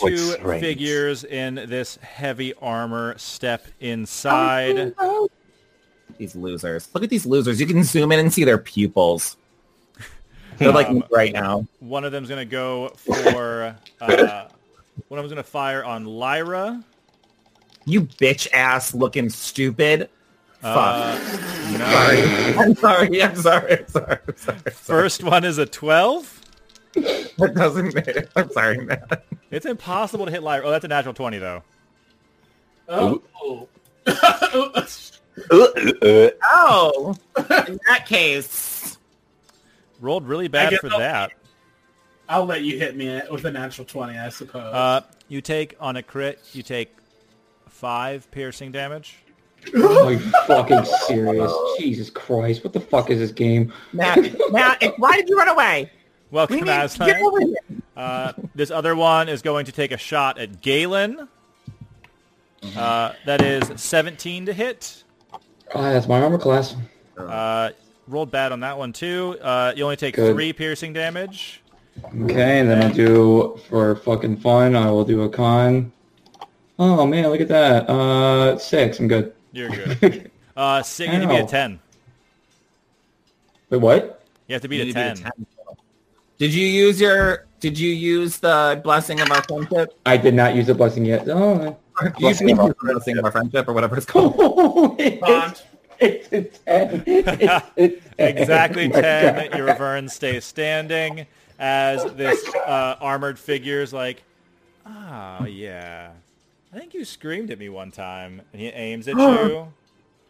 Voice two range. figures in this heavy armor step inside. These losers. Look at these losers. You can zoom in and see their pupils. They're like me right now. One of them's going to go for. Uh, one of them's going to fire on Lyra. You bitch ass looking stupid. Uh, Fuck. Sorry. I'm sorry. I'm sorry. I'm sorry. I'm sorry. I'm sorry. First one is a 12. It doesn't matter. I'm sorry, man. It's impossible to hit Lyra. Oh, that's a natural 20, though. Oh. Oh, in that case, Rolled really I bad guess for I'll- that. I'll let you hit me with a natural 20, I suppose. Uh, you take, on a crit, you take five piercing damage. Are you fucking serious? Jesus Christ, what the fuck is this game? Matt, Matt, if- why did you run away? Welcome, We need Aslan. get over here. Uh, this other one is going to take a shot at Galen. Mm-hmm. Uh, that is 17 to hit. Ah, that's my armor class. Uh, rolled bad on that one too. Uh, you only take Good. three piercing damage. Okay, and then I'll do, for fucking fun, I will do a con. Oh man, look at that. Uh, six, I'm good. You're good. uh, so you need to be a Ow. ten. Wait, what? You have to beat You a ten. did Did you use your? Did you use the blessing of our friendship? I did not use the blessing yet. Oh, You Blessing should of our use the blessing of our friendship or whatever it's called. oh it's, Bond. it's a ten. It's, it's ten. Exactly My ten. God. Your Vern stays standing as this uh, armored figure is like, ah, yeah. I think you screamed at me one time, and he aims at you,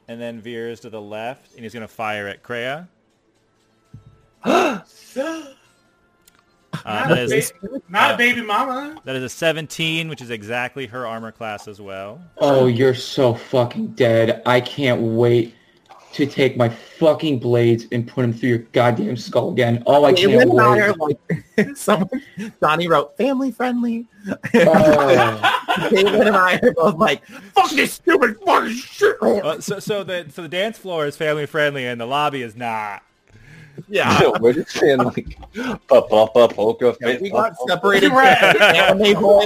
and then veers to the left, and he's gonna fire at Kreia. Uh, that is uh, Not baby mama. That is a 17, which is exactly her armor class as well. Oh, you're so fucking dead. I can't wait to take my fucking blades and put them through your goddamn skull again. Oh, I It can't would matter. wait. Like someone, Donnie wrote family friendly. Uh, Oh, David and I are both like, fuck this stupid fucking shit. Uh, so, so the so the dance floor is family friendly, and the lobby is not. Yeah. We're just saying like, ba ba ba polka Yeah, face. we ba, got Uh, ba, separated from Anime Boy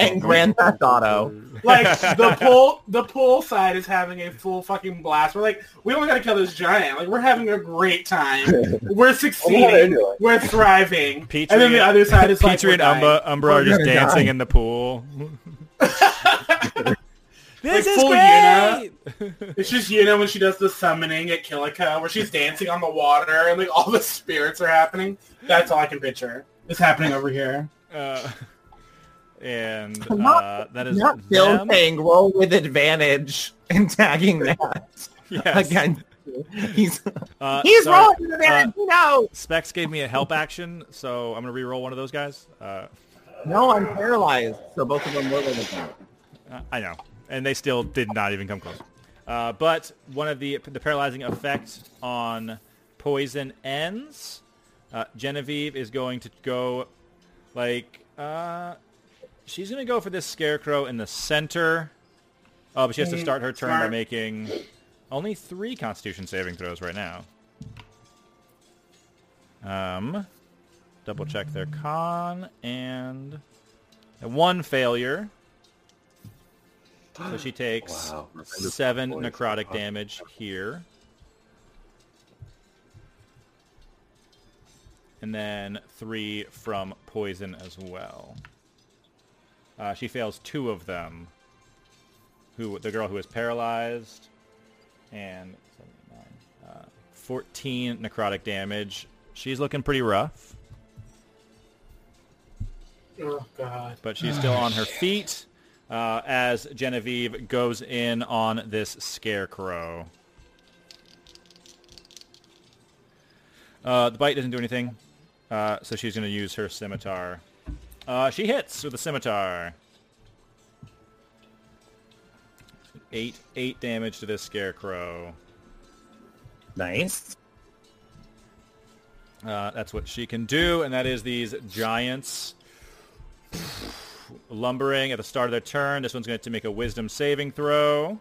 and Grand Theft uh, Auto. Like the pool, the pool side is having a full fucking blast. We're like, we don't gotta kill this giant. Like we're having a great time. We're succeeding. anyway. We're thriving. Petrie- and then the other side is like, Petrie and we're dying. Umbra, Umbra are just gonna dancing die. in the pool. Like this is full great! It's just you know when she does the summoning at Killico, where she's dancing on the water and like all the spirits are happening. That's all I can picture. It's happening over here. Uh, and I'm not- uh, that is Not Phil them. saying roll with advantage and tagging that Yes. again. He's Uh, he's sorry. rolling with advantage. no, Specs gave me a help action, so I'm going to re-roll one of those guys. Uh, no, I'm paralyzed. So both of them were with that. Uh, I know, and they still did not even come close. Uh, but one of the the paralyzing effect on poison ends. Uh, Genevieve is going to go, like, uh, she's going to go for this scarecrow in the center. Oh, but she has to start her turn by Smart. making only three Constitution saving throws right now. Um, double check their con and one failure. So she takes Wow. seven necrotic damage here. And then three from poison as well. Uh, she fails two of them. Who the girl who is paralyzed, and seven, nine, uh, fourteen necrotic damage. She's looking pretty rough, Oh God. but she's still on her feet. Uh, as Genevieve goes in on this scarecrow. Uh, the bite doesn't do anything, uh, so she's going to use her scimitar. Uh, she hits with the scimitar. eight, eight damage to this scarecrow. Nice. Uh, that's what she can do, and that is these giants lumbering at the start of their turn. This one's going to make a wisdom saving throw.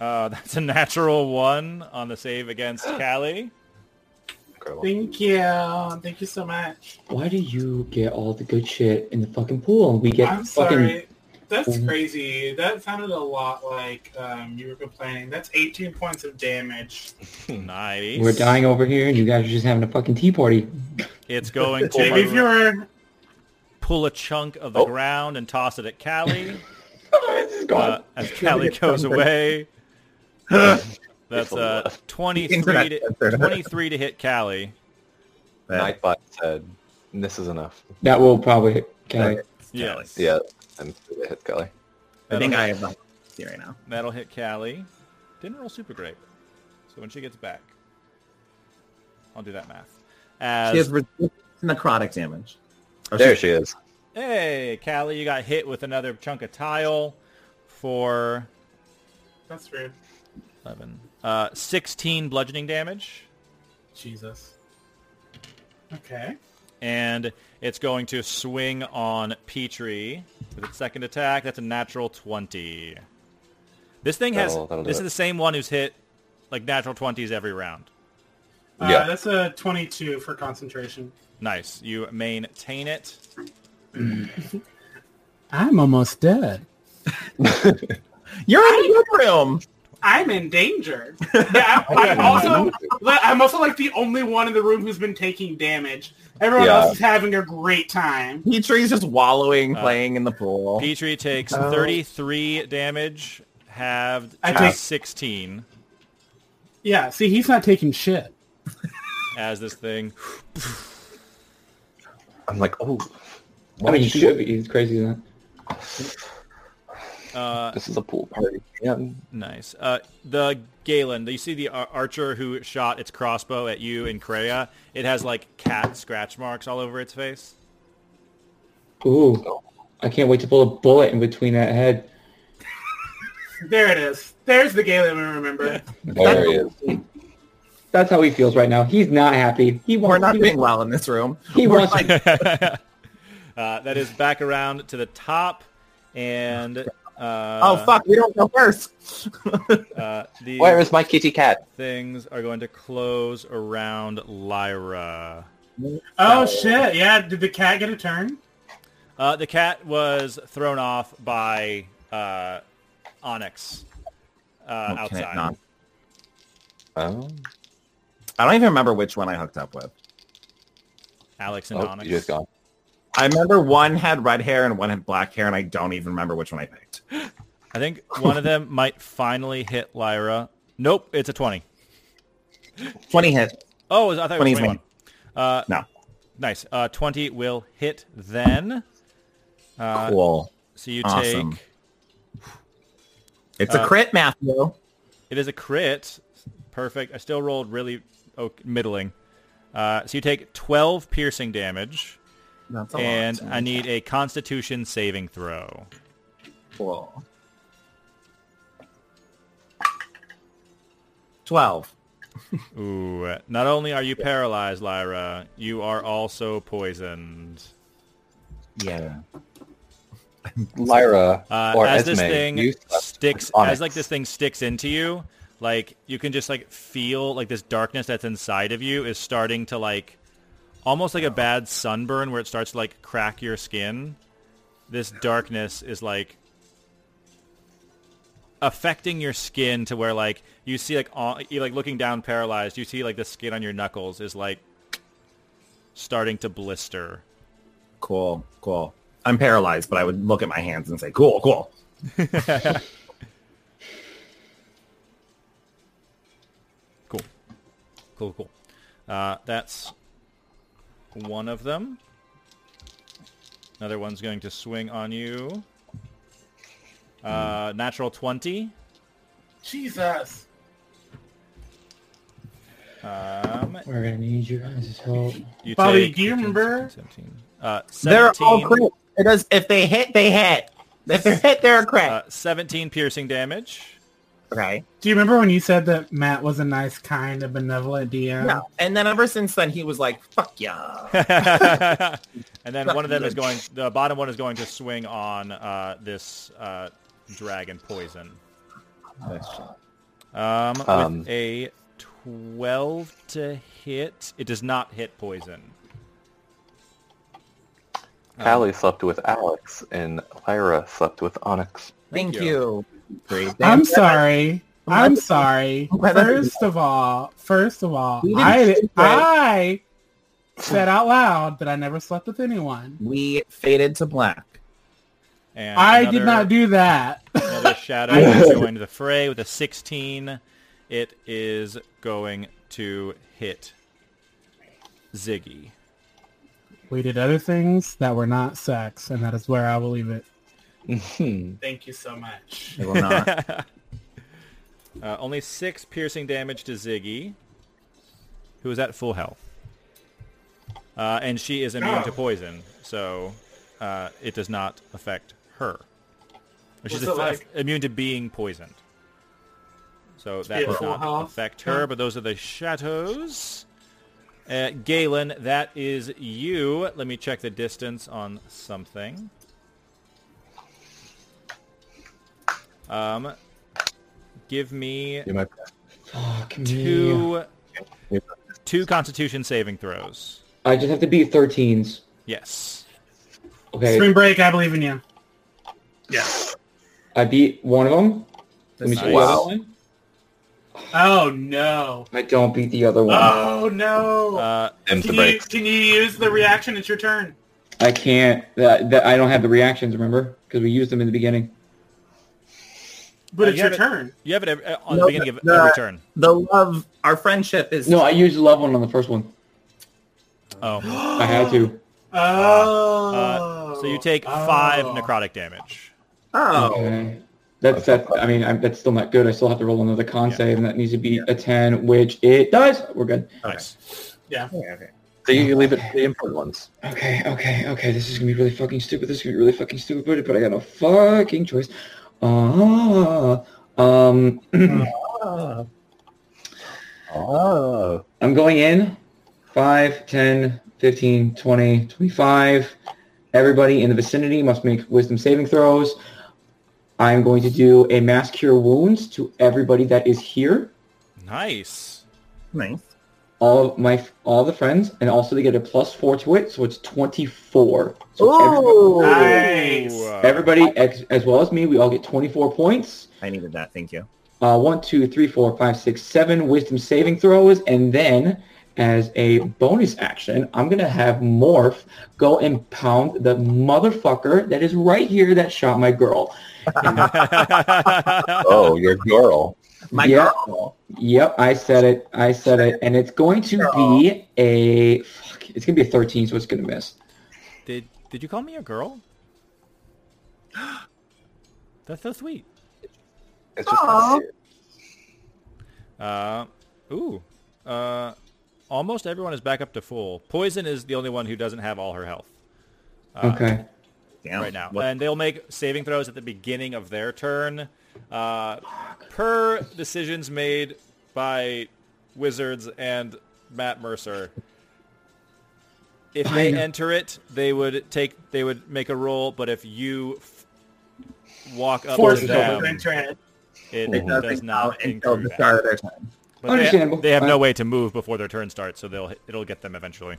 Uh, that's a natural one on the save against Callie. Incredible. Thank you. Thank you so much. Why do you get all the good shit in the fucking pool and we get I'm fucking sorry. That's crazy. That sounded a lot like um, you were complaining. That's 18 points of damage. Nice. we're dying over here and you guys are just having a fucking tea party. It's going Maybe if you to were pull a chunk of the Oh. ground and toss it at Callie. This is going- uh, as Callie goes away. That's uh, 23, Internet to, censored. 23 to hit Callie. Nice. Nightbot said, "This is enough." that will probably hit. Kelly. Yes. Yeah, and they hit Kelly. I think I have the see right now. That'll hit Callie. Didn't roll super great. So when she gets back, I'll do that math. As, She has resistance to necrotic damage. Oh, There she is. hey, Callie, you got hit with another chunk of tile for That's rude. 11, uh, 16 bludgeoning damage. Jesus. Okay. and it's going to swing on Petrie with its second attack. That's a natural twenty. This thing has Oh, That'll- that'll do this is it. the same one who's hit like natural twenties every round. Uh, Yeah. That's a 22 for concentration. Nice, you maintain it. I'm almost dead. You're in the good room. I'm in danger. Yeah, I'm, I'm also I'm also like the only one in the room who's been taking damage. Everyone Yeah. else is having a great time. Petrie's just wallowing, Uh, playing in the pool. Petrie takes Oh. thirty-three damage, halved Uh, I to take- sixteen. Yeah, see, he's not taking shit. As this thing, I'm like, oh, I why mean, you did you- should be. It's crazy, isn't it? uh, This is a pool party. man. Nice. Uh, the Galen, you see the ar- archer who shot its crossbow at you in Kreia? It has like cat scratch marks all over its face. Ooh, I can't wait to pull a bullet in between that head. There it is. There's the Galen we remember. There he is. That's how he feels right now. He's not happy. He We're wants. not he, doing well in this room. he We're wants. like, Uh, that is back around to the top, and uh, oh fuck, we don't go first. uh, the Where is my kitty cat? things are going to close around Lyra. Oh shit! Yeah, did the cat get a turn? Uh, the cat was thrown off by uh, Onyx uh, Oh, can it outside. not? Oh, I don't even remember which one I hooked up with. Alex and oh Onyx. you just gone. I remember one had red hair and one had black hair, and I don't even remember which one I picked. I think one of them might finally hit Lyra. Nope, it's a 20. 20 hit. Oh, I thought it was 20 is 21. Uh, No. nice. Uh, 20 will hit then. Uh, Cool. so you Awesome. take... It's a uh, crit, Matthew. It is a crit. Perfect. I still rolled really o middling. Uh, so you take 12 piercing damage, That's and I need a constitution saving throw. cool. 12. Ooh. Not only are you paralyzed, Lyra, you are also poisoned. Yeah. Lyra Uh, or as Esme, this thing you slept sticks, with Onyx. as like this thing sticks into you, like you can just like feel like this darkness that's inside of you is starting to like, almost like a bad sunburn where it starts to like crack your skin. This darkness is like affecting your skin to where like you see like on, you're like looking down paralyzed, you see like the skin on your knuckles is like starting to blister. Cool. Cool. I'm paralyzed, but I would look at my hands and say, cool, cool. Cool. Cool, cool. Uh, that's one of them. Another one's going to swing on you. Uh, natural 20. Jesus. Um, We're gonna need you guys' help. you Bobby, take do you 15, remember- 17, uh, 17. They're all crit. It does, if they hit, they hit. If they're hit, they're a crit. Uh, 17 piercing damage. Uh, okay. Do you remember when you said that Matt was a nice, kind, and benevolent uh, DM? No. And then ever since then, he was like, fuck yeah. and then one of them is going. The bottom one is going to swing on uh, this uh, dragon poison. Um, Um. with a twelve to hit, it does not hit poison. uh, Callie slept with Alex, and Lyra slept with Onyx. Thank you. you. Great. I'm sorry. I'm I'm- sorry. I'm- First of all, first of all, You didn't I say that. I said out loud that I never slept with anyone. We faded to black. And I another- did not do that. Another shadow is going to the fray with a 16. It is going to hit Ziggy. We did other things that were not sex, and that is where I will leave it. Thank you so much. It will not. Uh, only six piercing damage to Ziggy, who is at full health. Uh, and she is immune to poison, so uh, it does not affect her. Or She's Was it aff- like- immune to being poisoned. So that at does full not health? affect her, but those are the shadows. Uh, Galen, that is you. Let me check the distance on something. Um, give me You might Fuck me. two two Constitution saving throws. I just have to beat 13s. Yes. Okay, Spring break, I believe in you. Yeah. I beat one of them. Let me That's see the other nice. one. Oh no. I don't beat the other one. Oh no. Uh, And the can you break. can you use the reaction? It's your turn. I can't. That, that I don't have the reactions. Remember, because we used them in the beginning. But Uh, it's you your have it- turn. you have it ev- uh, on the No, beginning of the- every turn. the love, our friendship is... No, I used the love one on the first one. Oh. I had to. Oh. Uh, so you take five necrotic damage. oh. Okay. That's that. I mean, I'm, that's still not good. I still have to roll another con Yeah. save, and that needs to be a ten, which it does. We're good. Nice. Yeah. Okay, okay. So you leave it to the important ones. Okay, okay, okay. This is gonna be really fucking stupid. This is gonna be really fucking stupid. But I got no fucking choice. Uh, um, Oh. Oh. I'm going in. 5, 10, 15, 20, 25. Everybody in the vicinity must make wisdom saving throws. I'm going to do a mass cure wounds to everybody that is here. Nice. Nice. all of my all the friends, and also they get a plus four to it, so it's twenty four. So Ooh. Nice. Ooh, uh, everybody, everybody ex, as well as me, we all get twenty four points. I needed that. Thank you. Uh, one, two, three, four, five, six, seven wisdom saving throws, and then as a bonus action, I'm gonna have Morph go and pound the motherfucker that is right here that shot my girl. Oh, your girl. My Yeah. girl. Yep, I said it. I said it, and it's going to be a. Fuck, it's gonna be a thirteen, so it's gonna miss. did did you call me a girl? That's so sweet. It's just not serious. Uh, ooh. Uh, almost everyone is back up to full. Poison is the only one who doesn't have all her health. okay. Damn. right now, What- and they'll make saving throws at the beginning of their turn. Uh, per decisions made by wizards and Matt Mercer, if they enter it, they would take they would make a roll. But if you f- walk up Force to yourself them, to enter it. it, it doesn't does not count until include the that. start of their turn. But they- Understandable. They, have no Fine. way to move before their turn starts, so they'll it'll get them eventually.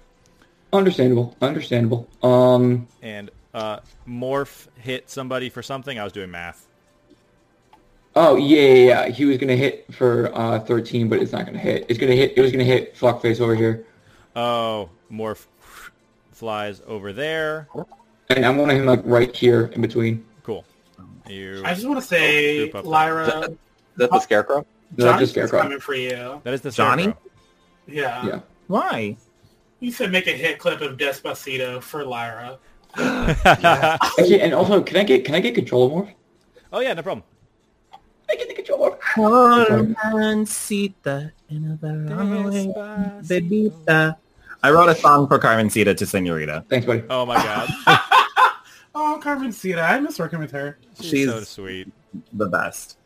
Understandable. Understandable. Um, And uh, morph hit somebody for something. I was doing math. Oh yeah, yeah, yeah. He was gonna hit for uh, thirteen, but it's not gonna hit. It's gonna hit. It was gonna hit fuckface over here, Oh, morph flies over there. and I'm gonna hit him like right here in between. Cool. You. I just want to say, Oop, Oh, up. Lyra, Is that the scarecrow? No, that's Johnny's a scarecrow. coming for you. That is the Johnny? scarecrow. Yeah. Yeah. Why? You said make a hit clip of Despacito for Lyra. Actually, and also, can I get can I get control morph? Can oh yeah, no problem. I get the control morph. Carmencita in the Bebita. I wrote a song for Carmencita to Senorita. Thanks, buddy. Oh my god. Oh, Carmencita. I miss working with her. She's, She's- so sweet. The best.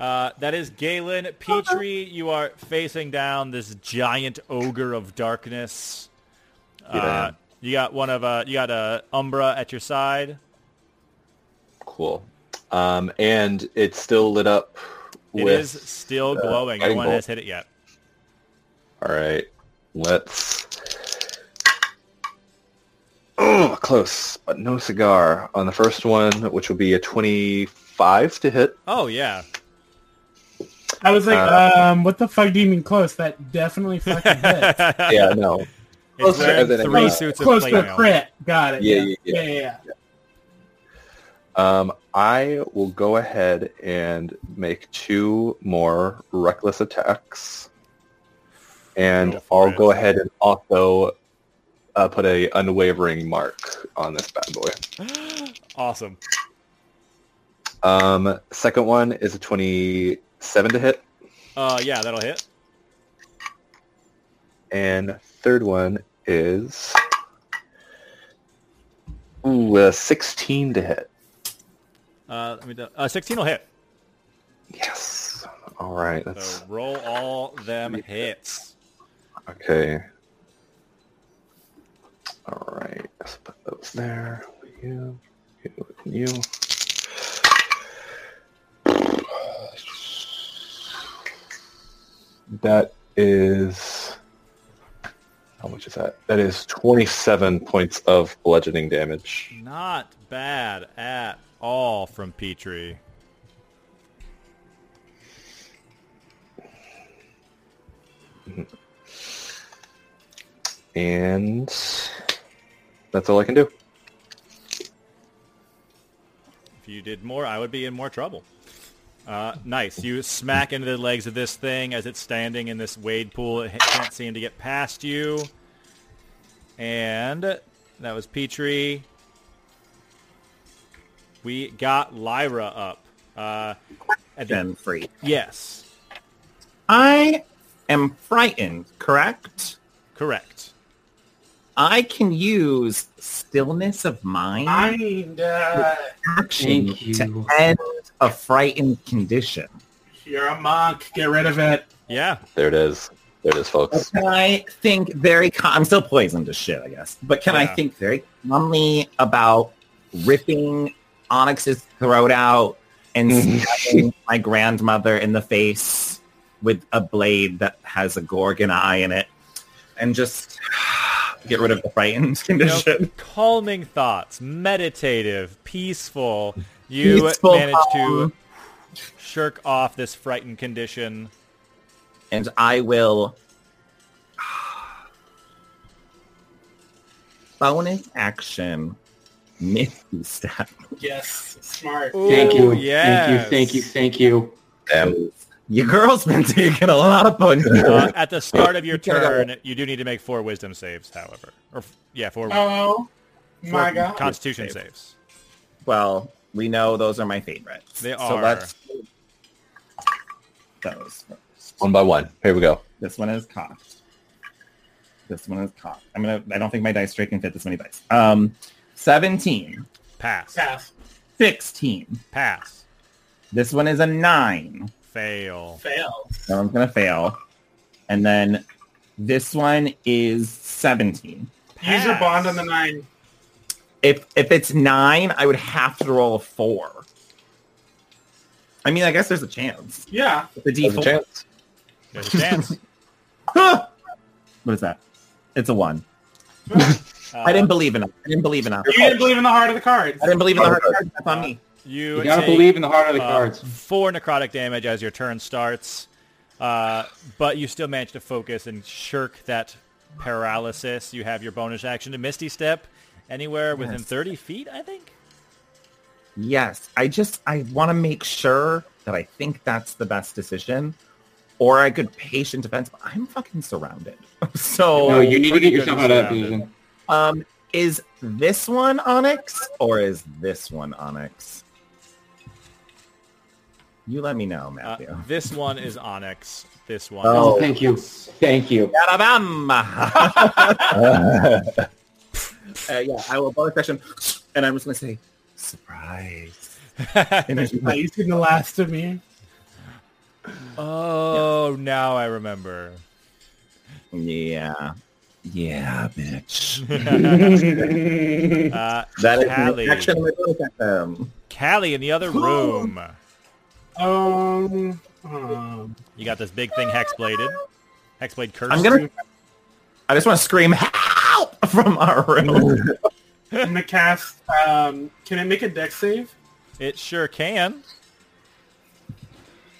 Uh, that is Galen Petrie. You are facing down this giant ogre of darkness. Yeah. Uh, you got one of uh, you got uh, Umbra at your side. Cool. Um, and it's still lit up It with... is still glowing. No lightning one bolt. has hit it yet. All right, let's... Oh, close, but no cigar. On the first one, which will be a 25 to hit. Oh yeah, I was like, Uh, um, what the fuck do you mean close? That definitely fucking hit. Yeah, no. it's Closer wearing than it three was. suits of close plate to a mail. crit. Got it. Yeah, yeah, yeah, yeah. yeah. yeah. Um, I will go ahead and make two more reckless attacks, and Go for I'll it. go ahead and also uh, put a unwavering mark on this bad boy. Awesome. Um, second one is a twenty-seven to hit, Uh, yeah, that'll hit. and third one is ooh a sixteen to hit. Uh, let me. do- Uh, sixteen will hit. Yes. All right. That's So roll all them hits. Okay. All right. Let's put those there. You, you, you. That is. How much is that? That is 27 points of bludgeoning damage. Not bad at all from Petrie. And that's all I can do. If you did more, I would be in more trouble. Uh, nice. You smack into the legs of this thing as it's standing in this wade pool. It can't seem to get past you. And that was Petrie. We got Lyra up. Uh, at the, Gen free. yes, I am frightened, correct? correct. I can use stillness of mind Mind, uh, action Thank you. to end a frightened condition. you're a monk. Get rid of it. Yeah. There it is. There it is, folks. Can I think very cal- I'm still poisoned to shit, I guess. But can I Yeah. think very calmly about ripping Onyx's throat out and stabbing my grandmother in the face with a blade that has a gorgon eye in it and just get rid of the frightened You know, condition? calming thoughts, meditative, peaceful. You Peaceful, managed to calm. shirk off this frightened condition. and I will bonus action misty step. Yes, smart. Thank you. Ooh, yes. Thank you. Thank you. Damn. Your girl's been taking a lot of punches. Uh, at the start of your You gotta go. turn, you do need to make four wisdom saves, however. Or, f- yeah, four, Oh four my god. constitution Save. saves. well, we know those are my favorites. They So are. let's do those. One by one. Here we go. This one is cocked. This one is cocked. I'm gonna. I don't think my dice tray can fit this many dice. Um, 17, Pass. Pass. 16. Pass. This one is a nine. Fail. Fail. That one's gonna fail. And then this one is 17. Use your Pass. bond on the nine. If if it's nine, I would have to roll a four. I mean, I guess there's a chance. Yeah. The There's a default. chance. There's a chance. Ah! what is that? It's a one. Uh, I didn't believe in it. I didn't believe in it. You didn't believe in the heart of the cards. I didn't believe in the hard cards. That's on me. You, You gotta take- believe in the heart of the uh, cards. Four necrotic damage as your turn starts, uh, but you still manage to focus and shirk that paralysis. You have your bonus action to Misty Step anywhere within Yes. 30 feet, I think. Yes, I just I want to make sure that I think that's the best decision, or I could patient defense. But I'm fucking surrounded. So No, you need to pretty get yourself good out of that surrounded. position. Um, is this one Onyx or is this one Onyx? You let me know, Uh, Matthew. this one is Onyx. This one. Oh. Oh, thank you. Thank you. Ba-da-bam! uh, yeah, I will bonus action, and I'm just gonna say, Surprise. And there's ice in the last of me. Oh, now I remember. Yeah. Yeah, bitch. Uh, That is Callie. an action. I'm gonna look at them. Callie in the other room. Um, um, You got this big thing hexbladed. Hexblade cursed. I'm gonna. I just want to scream help from our room. I'm gonna cast. Um, can I make a deck save? It sure can.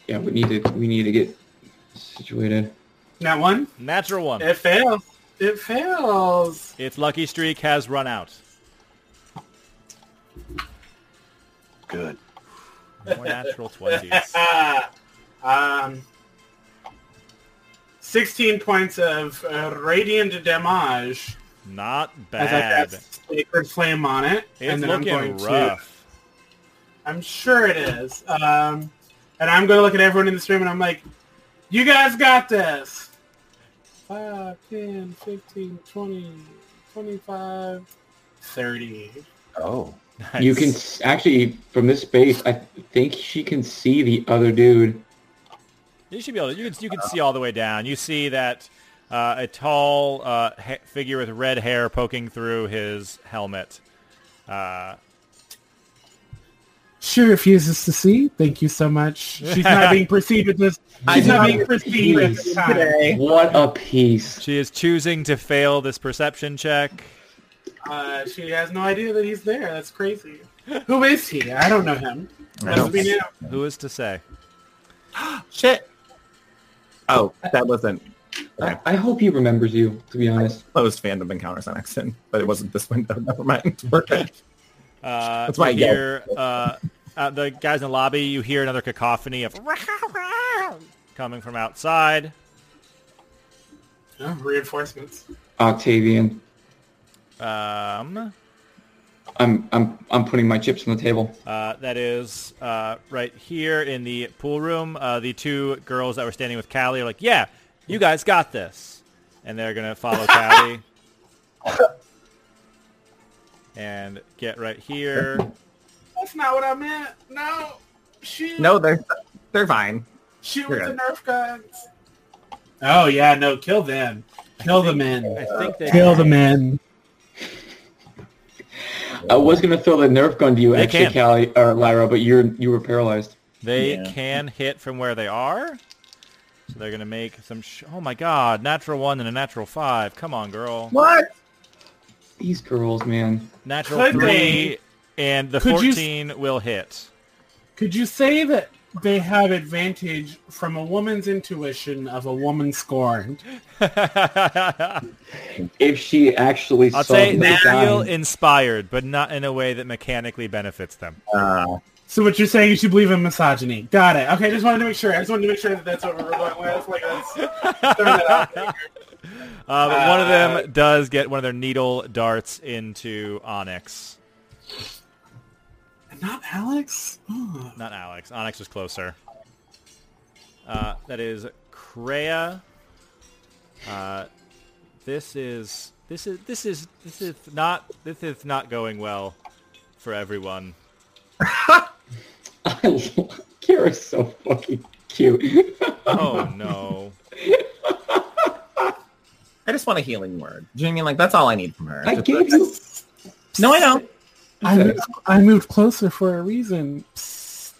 Yeah, we need to we need to get situated. That one. Natural one. It fails. It fails. Its lucky streak has run out. Good. More natural 20s. Ah, um, sixteen points of uh, radiant damage Not as I bad. cast sacred flame on it, It's and then I'm looking going to. rough. I'm sure it is. Um, and I'm going to look at everyone in this room, and I'm like, "You guys got this." 5, 10, 15, 20, 25, 30. Oh. You can s- actually from this space, I think she can see the other dude. You should be able. To, you can you can see all the way down. You see that uh, a tall uh, ha- figure with red hair poking through his helmet. She refuses to see. Thank you so much. She's not being perceived at this. I She's not know. being perceived at this time. What a piece! She is choosing to fail this perception check. Uh, she has no idea that he's there. That's crazy. Who is he? I don't know him. Must be new. Who is to say? Shit. Oh, that wasn't I, I hope he remembers you. To be honest, closed fandom encounters on accident, but it wasn't this window. Never mind. We're good. Uh, That's my you hear uh, uh, the guys in the lobby. You hear another cacophony of coming from outside. Oh, reinforcements. Octavian, Um, I'm I'm I'm putting my chips on the table. Uh, that is uh, right here in the pool room. Uh, the two girls that were standing with Callie are like, "Yeah, you guys got this," and they're gonna follow Callie and get right here. That's not what I meant. No. Shoot. No, they're they're fine. Shoot with with the the Nerf guns. Oh yeah, no, kill them. Kill the I men. think they Kill the men. I was gonna throw the Nerf gun to you, They actually, can. Callie or Lyra, but you're you were paralyzed. they Yeah. can hit from where they are. So they're gonna make some. Sh- oh my God! Natural one and a natural five. Come on, girl. What? These girls, man. Natural Could three and the Could you s- fourteen will hit. Could you say that they have advantage from a woman's intuition of a woman scorned? If she actually I'll saw say who they was feel dying- inspired, but not in a way that mechanically benefits them. Uh, So what you're saying is you believe in misogyny. Got it. Okay, just wanted to make sure. I just wanted to make sure that that's what we're going with. Like, let's throw that out there. Uh, but one of them does get one of their needle darts into Onyx. Not Alex. Oh. Not Alex. Onyx was closer. Uh, that is Kreia. Uh, this is this is this is this is not this is not going well for everyone. I love- Kira's so fucking cute. Oh no. I just want a healing word. Do you know what I mean like that's all I need from her? I Just gave a- you. No, I know. I, I moved closer for a reason. Psst,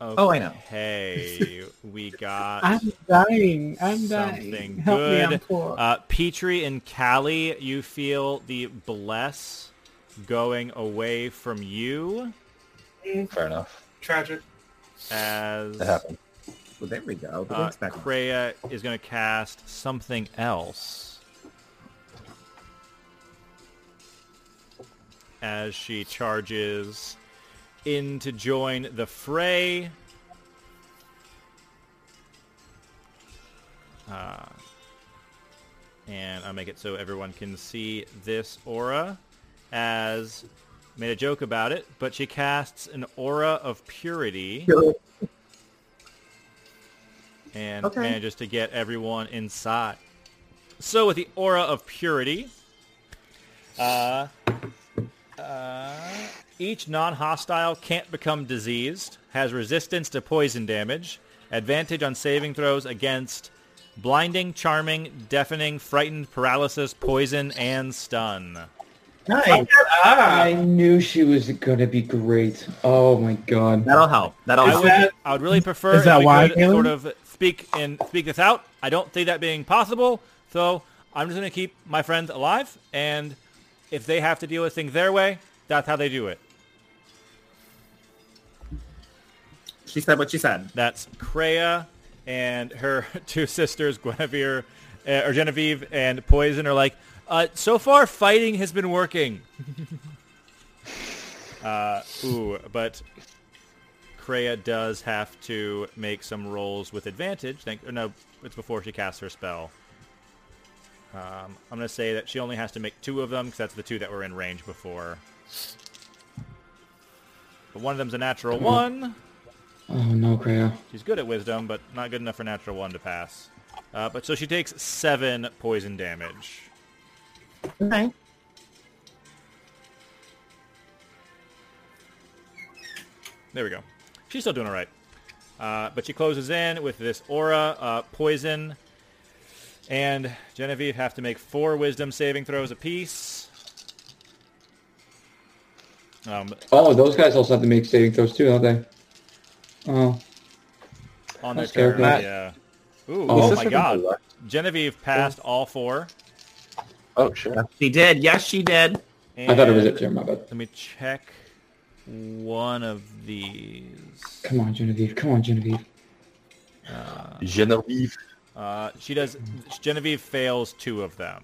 Oh, I know. Hey, we got I'm dying. I'm dying. something Help me, good. I'm poor. Uh, Petrie and Callie, you feel the bless going away from you Fair enough. Tragic. as It happened. Well, there we go. We didn't uh, expect- Kreia is going to cast something else as she charges in to join the fray. Uh, and I'll make it so everyone can see this aura as made a joke about it, but she casts an aura of purity and Okay. manages to get everyone inside. So with the aura of purity, uh, uh, Each non-hostile can't become diseased, has resistance to poison damage, advantage on saving throws against blinding, charming, deafening, frightened, paralysis, poison, and stun. Nice. I knew she was gonna be great. Oh my god. That'll help. That'll I help. would, that- I would really prefer is if that we why, could Caleb? sort of speak and speak this out. I don't see that being possible, so I'm just going to keep my friends alive, and if they have to deal with things their way, that's how they do it. She said what she said. That's Kreia and her two sisters, Guinevere, uh, or Genevieve and Poison, are like, uh, so far fighting has been working. uh, ooh, but Kreia does have to make some rolls with advantage. Think, or no, it's before she casts her spell. Um, I'm going to say that she only has to make two of them because that's the two that were in range before. But one of them's a natural one. Oh no, Creo. She's good at wisdom, but not good enough for natural one to pass. Uh, but so she takes seven poison damage. Okay. There we go. She's still doing all right. Uh, but she closes in with this aura, uh, poison, and Genevieve have to make four wisdom saving throws apiece. Um, Oh, those guys also have to make saving throws too, don't they? Oh. on their That's fair, turn, Matt. yeah. Ooh, Oh. oh my Is this even god. the left? Genevieve passed all four. Oh, shit. She did. Yes, she did. I thought it was and- up there, my bad. Let me check one of these. Come on, Genevieve. Come on, Genevieve. Genevieve. Uh, she does. Genevieve fails two of them.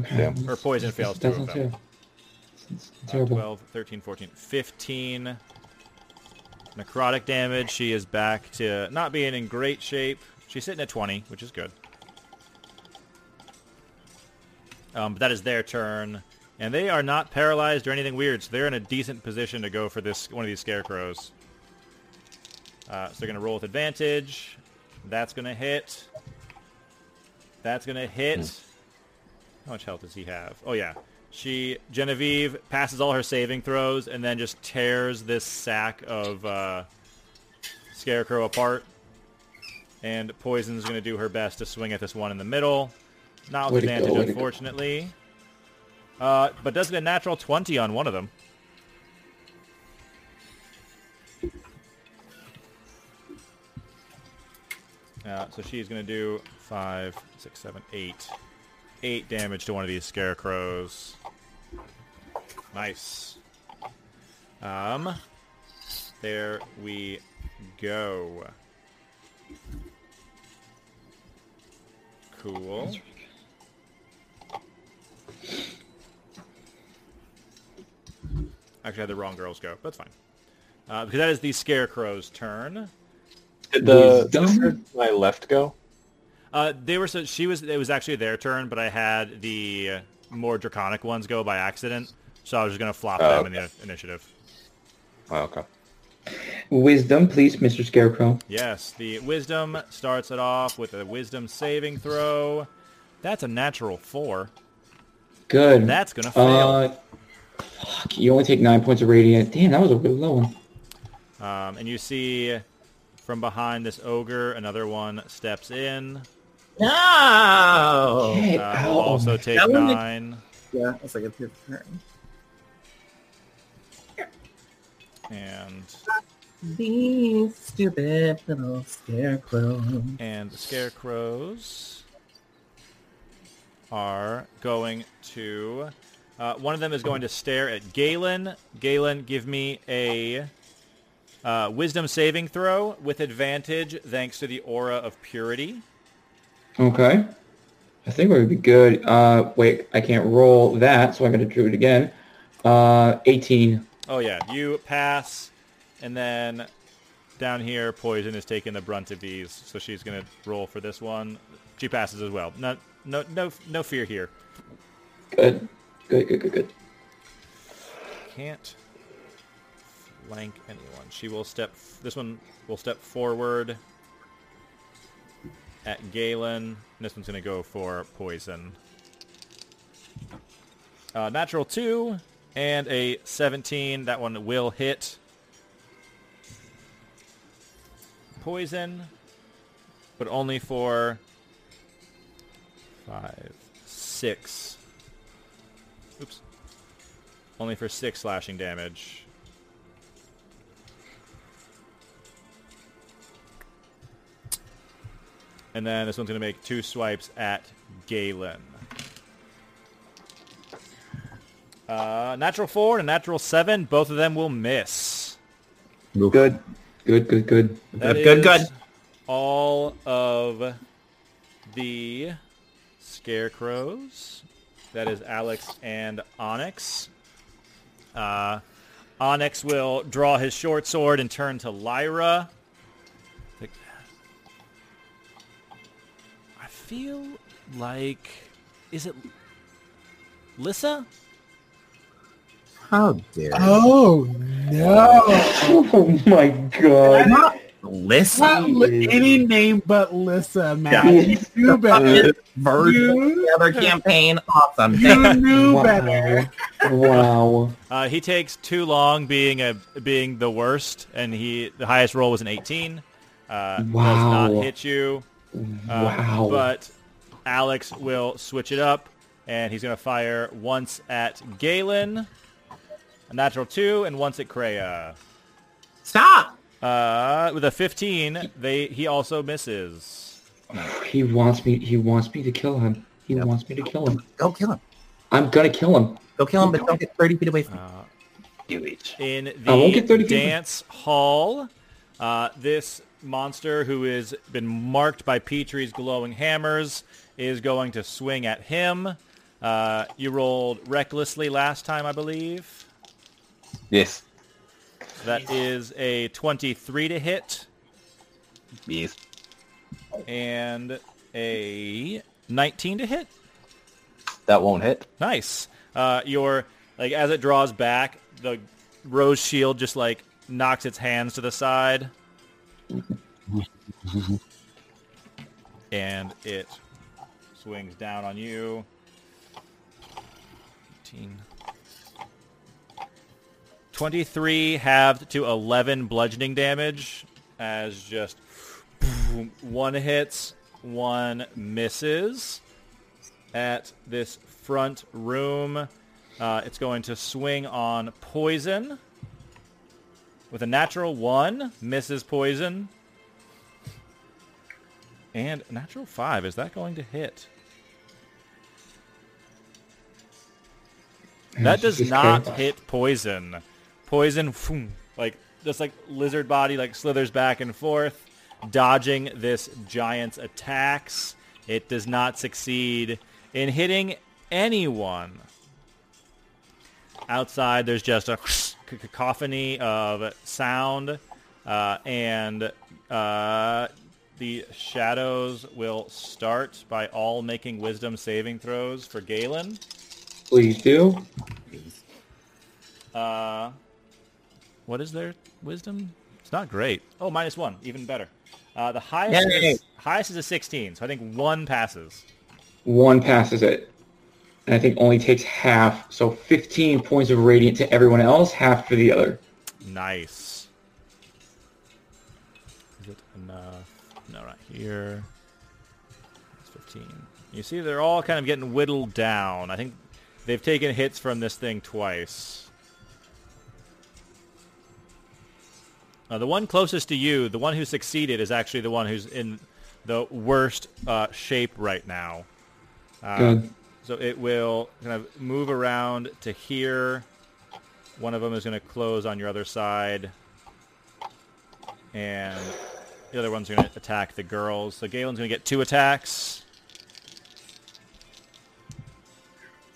Okay. Yeah. Or poison fails two That's of them. not terrible. It's Uh, terrible. 12, 13, 14, 15. Necrotic damage. She is back to not being in great shape. She's sitting at 20, which is good. Um, but that is their turn. And they are not paralyzed or anything weird, so they're in a decent position to go for this one of these scarecrows. Uh, so they're going to roll with advantage. That's going to hit. That's going to hit. How much health does he have? Oh yeah. She Genevieve passes all her saving throws and then just tears this sack of uh, scarecrow apart. And Poison's going to do her best to swing at this one in the middle. Not with Way to go, advantage, way to go. unfortunately. Uh, but does get a natural 20 on one of them. Uh, so she's going to do five, six, seven, eight, eight damage to one of these scarecrows. Nice. Um, there we go. Cool. Actually, I had the wrong girls go. That's fine. Uh, because that is the scarecrow's turn. Did the Wisdom? sister to my left go? Uh, they were so she was. It was actually their turn, but I had the more draconic ones go by accident, so I was just gonna flop Oh, them in the initiative. Oh, okay. Wisdom, please, Mr. Scarecrow. Yes, the wisdom starts it off with a wisdom saving throw. That's a natural four. Good. That's gonna fail. uh, fuck. You only take nine points of radiant. Damn, that was a really low one. Um, and you see from behind this ogre, another one steps in. No. Shit, Uh, ow, will oh also my- take That one makes- nine. Yeah, it's like it's his turn. And These stupid little scarecrows. and the scarecrows are going to. Uh, one of them is going to stare at Galen. Galen, give me a uh, wisdom saving throw with advantage, thanks to the aura of purity. Okay. I think we would be good. Uh, wait, I can't roll that, so I'm going to do it again. Uh, 18. Oh yeah, you pass, and then down here, poison is taking the brunt of these, so she's gonna roll for this one. She passes as well. No, no, no, no fear here. Good. Good, good, good, good. can't flank anyone. She will step. This one will step forward at Galen. And this one's going to go for poison. Uh, natural two and a 17. That one will hit. Poison, but only for five, six. Oops. Only for six slashing damage. And then this one's going to make two swipes at Galen. Uh, natural four and a natural seven. Both of them will miss. Good. Good, good, good. That Good, good, is good. All of the scarecrows. That is Alex and Onyx. Uh, Onyx will draw his short sword and turn to Lyra. Like, I feel like is it Lissa? How dare you? Oh no! Oh my god. Not, not Listen, li- any name but Lissa, Matt. Yeah. You knew better. Virgil, the other campaign, awesome. Thank You knew Wow. better. wow. Uh, he takes too long being a being the worst, and he the highest roll was an 18. Uh, Wow. Does not hit you. Uh, Wow. But Alex will switch it up, and he's going to fire once at Galen, a natural two, and once at Kreia. Stop. Uh, with a 15, they he also misses. He wants me he wants me to kill him. He wants me to kill him. Go kill him. I'm gonna kill him. Go kill him, but don't get 30 feet away from him. in I won't the get 30 feet. dance hall. Uh, this monster who has been marked by Petrie's glowing hammers is going to swing at him. Uh, you rolled recklessly last time, I believe. Yes. That is a 23 to hit Yes. and a 19 to hit. That won't hit. Nice. Uh, your like as it draws back, the rose shield just like knocks its hands to the side, and it swings down on you. 18. 23 halved to 11 bludgeoning damage as just boom, one hits, one misses at this front room. Uh, it's going to swing on poison with a natural one, misses poison, and natural five. Is that going to hit? That does Jesus not Christ. hit poison. Poison, phoom, like just like lizard body, like slithers back and forth, dodging this giant's attacks. It does not succeed in hitting anyone. Outside, there's just a c- cacophony of sound, uh, and uh, the shadows will start by all making wisdom saving throws for Galen. Please do. Uh, what is their wisdom? It's not great. Oh, minus one, even better. Uh, the highest Yay. is, highest is a 16, so I think one passes. One passes it. And I think only takes half. So 15 points of radiant to everyone else, half for the other. Nice. Is it enough? No, right here. It's 15. You see, they're all kind of getting whittled down. I think they've taken hits from this thing twice. Uh, the one closest to you, the one who succeeded, is actually the one who's in the worst uh, shape right now. Ah. Good. So it will kind of move around to here. One of them is going to close on your other side. And the other one's going to attack the girls. So Galen's going to get two attacks.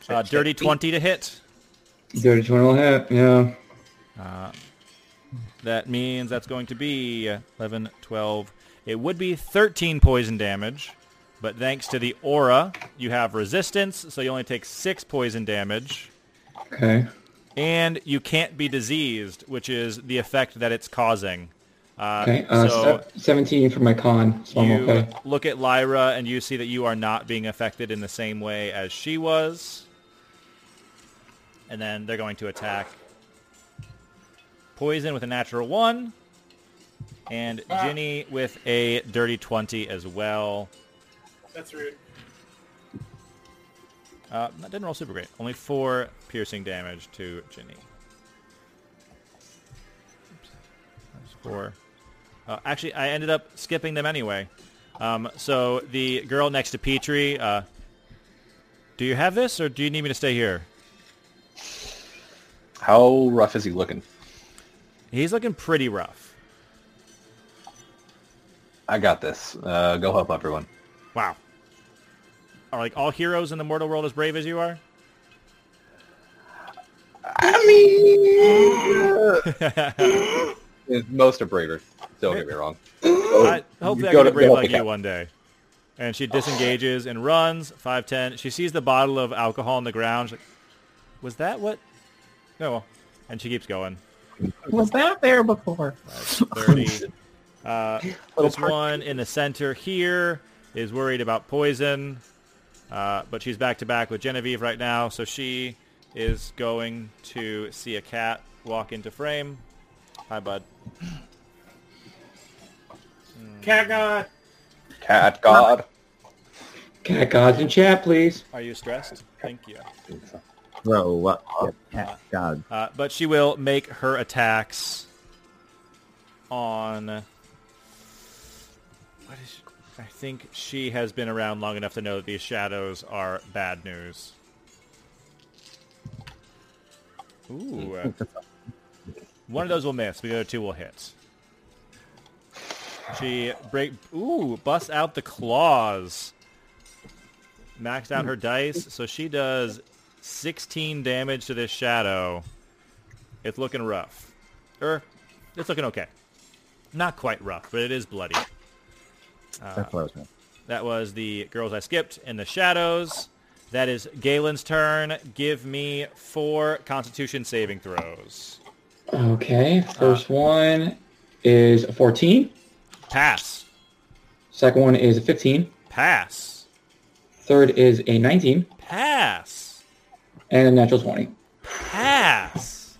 Uh, dirty 20 to hit. Dirty 20 will hit. Yeah. That means that's going to be 11, 12. It would be 13 poison damage, but thanks to the aura, you have resistance, so you only take 6 poison damage. Okay. and you can't be diseased, which is the effect that it's causing. Uh, Okay. Uh, so se- 17 for my con, so I'm you okay. look at Lyra and you see that you are not being affected in the same way as she was. and then they're going to attack Poison with a natural one, and Ginny with a dirty 20 as well. That's rude. Uh, that didn't roll super great. Only four piercing damage to Ginny. Oops. That's four. Uh, actually, I ended up skipping them anyway. Um, so the girl next to Petrie, uh, do you have this, or do you need me to stay here? How rough is he looking? He's looking pretty rough. I got this. Uh, go help everyone. Wow. Are like all heroes in the mortal world as brave as you are? I mean, most are braver. Don't get me wrong. I, hopefully I can Oh, go to- be brave go like pick you up. one day. And she disengages and runs, 5'10". She sees the bottle of alcohol on the ground. She's like, was that what? No. And she keeps going. Was that there before? 30. Uh, this one in the center here is worried about poison, uh, but she's back to back with Genevieve right now, so she is going to see a cat walk into frame. Hi, bud. Cat God. Cat God. Cat gods in chat, please. Are you stressed? Thank you. Bro, what? Cat God. Uh, but she will make her attacks on. What is? I think she has been around long enough to know that these shadows are bad news. Ooh. uh, One of those will miss, but the other two will hit. She break. Ooh, busts out the claws. Maxed out her dice, so she does 16 damage to this shadow. It's looking rough. Er, it's looking okay. Not quite rough, but it is bloody. That's what I was doing. That was the girls I skipped and the shadows. That is Galen's turn. Give me four Constitution saving throws. Okay, Ah. first one is a 14. Pass. Second one is a 15. Pass. Third is a 19. Pass. And a natural 20. Pass.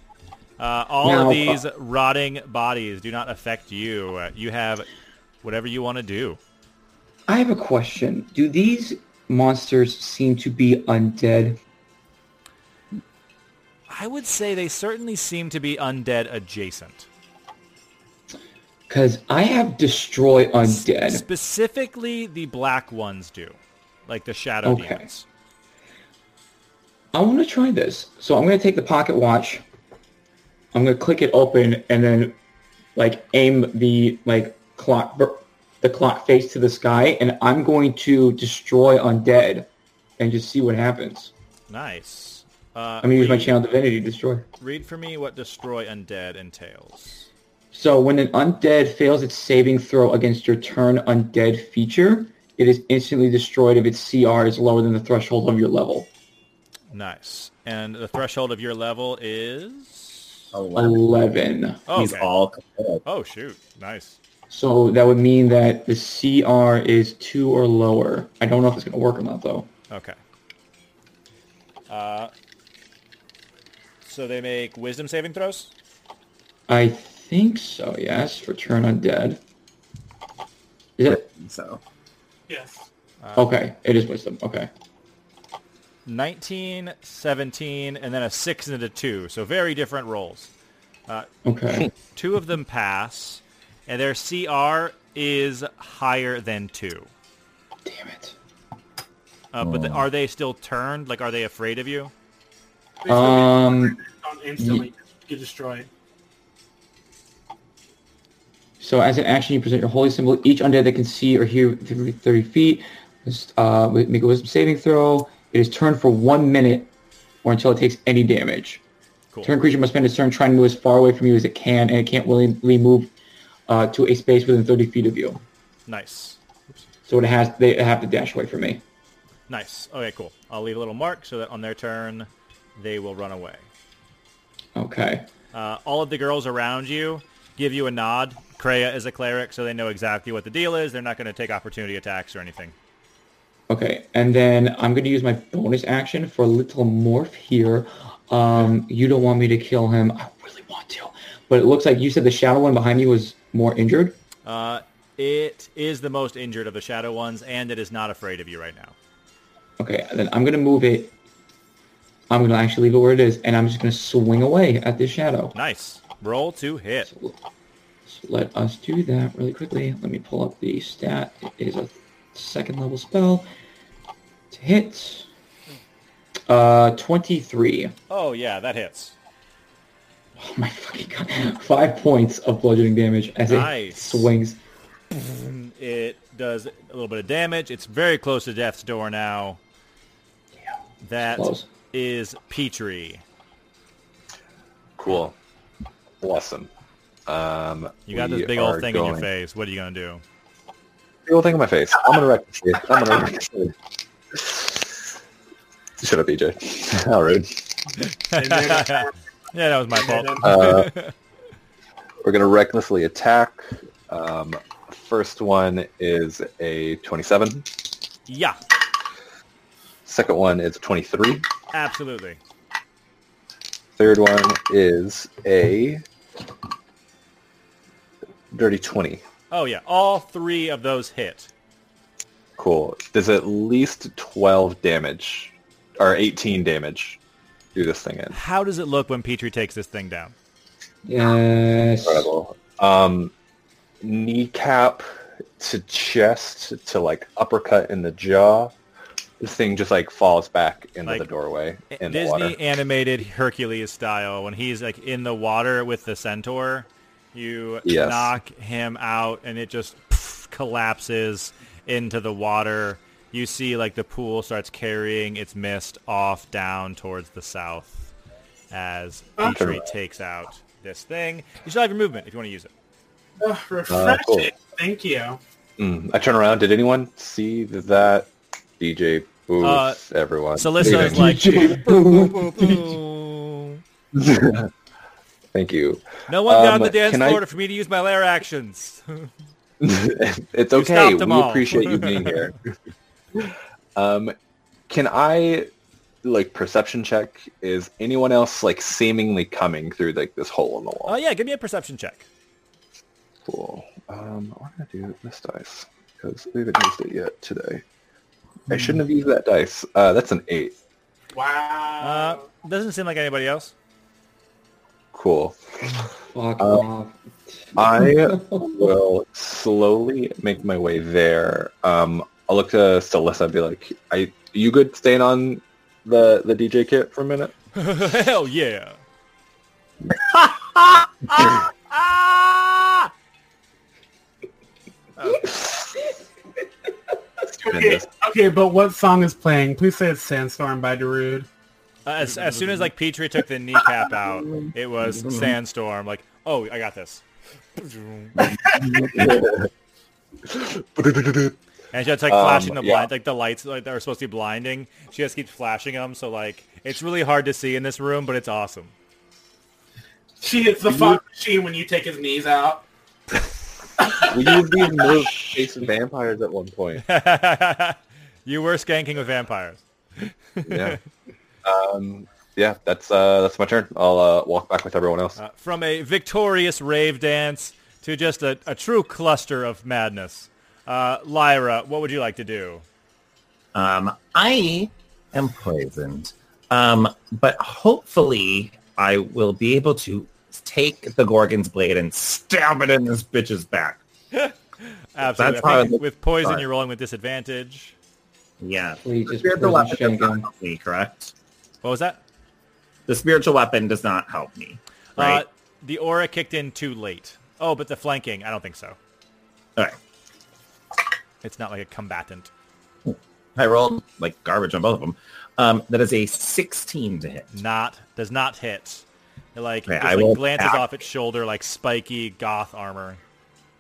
Uh, all Now- of these rotting bodies do not affect you. Uh, You have whatever you want to do. I have a question. Do these monsters seem to be undead? I would say they certainly seem to be undead adjacent. Because I have destroy undead. Specifically, the black ones do, like the shadow Okay. demons. I want to try this. So I'm going to take the pocket watch. I'm going to click it open and then like aim the like clock the clock face to the sky and I'm going to destroy undead and just see what happens. Nice. Uh, I'm going to use my read- channel divinity to destroy. Read for me what destroy undead entails. So when an undead fails its saving throw against your turn undead feature, it is instantly destroyed if its CR is lower than the threshold of your level. Nice. And the threshold of your level is. Oh, Eleven. Oh, He's okay. all oh shoot! Nice. So that would mean that the CR is two or lower. I don't know if it's going to work or not, though. Okay. Uh, so they make wisdom saving throws. I think so. Yes, return undead. Is it so. Yes. okay? It is wisdom. Okay. 19, 17, and then a 6 and a 2. So very different rolls. Okay. Two of them pass, and their CR is higher than 2. Damn it. Uh, but the, are they still turned? Like, are they afraid of you? Please Um. don't instantly get destroyed. So as an action, you present your holy symbol. Each undead that can see or hear within 30 feet must uh, wi- make a wisdom saving throw. It is turned for one minute or until it takes any damage. Cool. Turn creature must spend its turn trying to move as far away from you as it can, and it can't willingly move uh, to a space within 30 feet of you. Nice. So it has they have to dash away from me. Nice. Okay, cool. I'll leave a little mark so that on their turn, they will run away. Okay. Uh, all of the girls around you give you a nod. Kreia is a cleric, so they know exactly what the deal is. They're not going to take opportunity attacks or anything. Okay, and then I'm going to use my bonus action for Little Morph here. Um, you don't want me to kill him. I really want to. But it looks like you said the shadow one behind you was more injured. Uh, it is the most injured of the shadow ones, and it is not afraid of you right now. Okay, then I'm going to move it. I'm going to actually leave it where it is, and I'm just going to swing away at this shadow. Nice. Roll to hit. So let us do that really quickly. Let me pull up the stat. It is a second level spell to hit. Uh, 23. Oh yeah, that hits. Oh my fucking god. Five points of bludgeoning damage as it Nice. swings. It does a little bit of damage. It's very close to death's door now. That Close. is Petrie. Cool. Awesome. Um, You got we this big old are thing in your going- face. What are you gonna do? Big old thing in my face. I'm gonna wreck this. face. I'm gonna wreck this. face. Shut up, E EJ. How rude. yeah, that was my fault. Uh, we're gonna recklessly attack. Um, first one is a 27. yeah, Second one is a 23. absolutely. Third one is a dirty 20. Oh yeah, all three of those hit. Cool. Does at least 12 damage, or 18 damage, do this thing in. How does it look when Petrie takes this thing down? Yes. Incredible. Um, kneecap to chest to like uppercut in the jaw. This thing just like falls back into Like, the doorway in Disney the water. animated Hercules style when he's like in the water with the centaur, you Yes. knock him out and it just pff, collapses into the water. You see like the pool starts carrying its mist off down towards the south as Petrie takes out this thing. You still have your movement if you want to use it. Ugh, Uh, refreshing. Uh, cool. Thank you. Mm, I turn around. Did anyone see that? DJ Booth, Uh, everyone. Salissa's Leaving. like, Thank you. no one got Um, on the dance can I- floor for me to use my lair actions. it's okay. stopped We them all. appreciate you being here. um, can I like perception check? Is anyone else like seemingly coming through like this hole in the Oh wall? yeah, give me a perception check. Cool. Um, we're gonna do this dice because we haven't used it yet today. I shouldn't have used that dice. Uh, that's an eight. Uh, Wow. doesn't seem like anybody else. Cool. Fuck off. I will slowly make my way there. Um, I'll look to Celissa and be like, "I, you good staying on the the DJ kit for a minute?" Hell yeah. okay, Uh, Tremendous. okay, but what song is playing? Please say it's Sandstorm by Darude. Uh, as, as soon as like Petrie took the kneecap out, it was sandstorm. Like, oh, I got this. and she has like flashing the yeah. blind, like the lights like, that are supposed to be blinding. She just keeps flashing them, so like it's really hard to see in this room, but it's awesome. She hits the fog machine when you take his knees out. we used these moves facing vampires at one point. you were skanking with vampires. Yeah. Um, yeah, that's uh, that's my turn. I'll uh, walk back with everyone else. Uh, from a victorious rave dance to just a, a true cluster of madness. Uh, Lyra, what would you like to do? Um, I am poisoned, um, but hopefully I will be able to take the Gorgon's blade and stab it in this bitch's back. Absolutely. That's I how think it looks. with poison, Sorry. you're rolling with disadvantage. Yeah. Please the just spiritual poison weapon does not Shagun. help me, correct? What was that? The spiritual weapon does not help me. Right? Uh, the aura kicked in too late. Oh, but the flanking, I don't think so. All right. It's not like a combatant. I rolled like garbage on both of them. Um, that is a 16 to hit. Not does not hit. It like, Okay, just, I like, will glances attack. off its shoulder like spiky goth armor.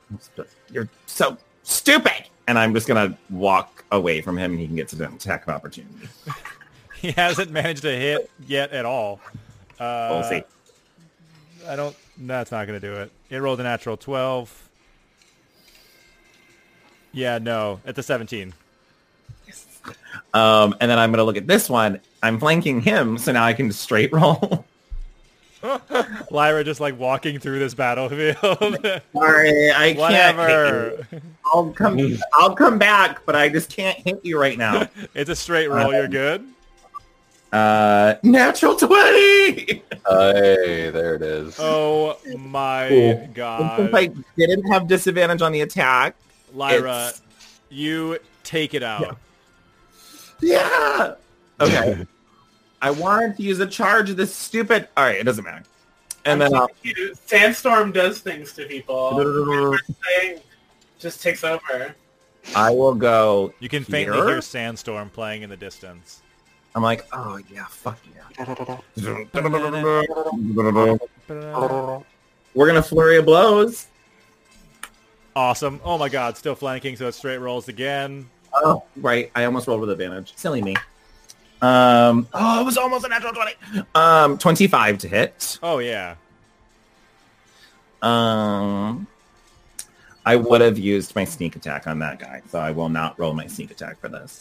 You're so stupid. And I'm just going to walk away from him and he can get to an attack of opportunity. He hasn't managed to hit yet at all. we'll see. I don't. That's not gonna do it. It rolled a natural twelve. Yeah, no, at the seventeen. Um, and then I'm going to look at this one. I'm flanking him, so now I can just straight roll. Lyra just like walking through this battlefield. Sorry, I can't. hit Whatever. you. I'll come. I'll come back, but I just can't hit you right now. It's a straight roll. You're good. Uh, natural twenty. Hey, there it is. Oh my Cool. Since god, I didn't have disadvantage on the attack. Lyra, it's- you take it out. Yeah. Okay. I wanted to use a charge of this stupid. All right, it doesn't matter. And then uh, I'll. You- Sandstorm does things to people. Thing just takes over. I will go. You can faintly Here? hear sandstorm playing in the distance. I'm like, oh yeah, fuck yeah. We're gonna flurry of blows. Awesome. Oh my god, still flanking, so it's straight rolls again. Oh, right. I almost rolled with advantage. Silly me. Um. Oh, it was almost a natural twenty. Um, twenty-five to hit. Oh yeah. Um. I would have used my sneak attack on that guy, so I will not roll my sneak attack for this.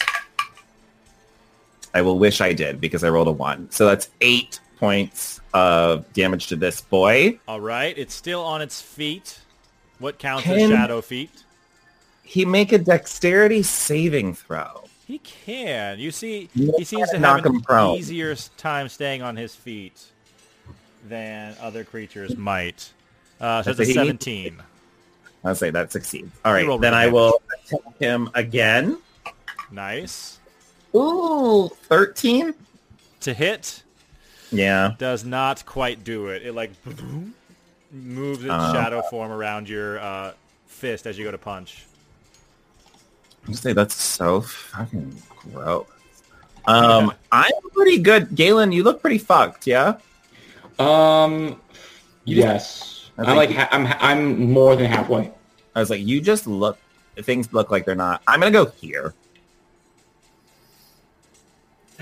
I will wish I did because I rolled a one. So that's eight points of damage to this boy. All right, it's still on its feet. What counts as Can- shadow feet? He make a dexterity saving throw. He can. You see, You he seems to knock have an him prone. easier s- time staying on his feet than other creatures might. Uh, so That's it's a a he. 17. I'll say that succeeds. All You right, rolled then with I advantage. will attack him again. Nice. Ooh, 13? To hit, Yeah. does not quite do it. It like moves its Uh. shadow form around your uh, fist as you go to punch. I say that's so fucking gross. Um, I'm pretty good. Galen, you look pretty fucked, yeah? Um, yes. I I'm like, think- ha- I'm, I'm more than halfway. I was like, you just look, things look like they're not. I'm going to go here.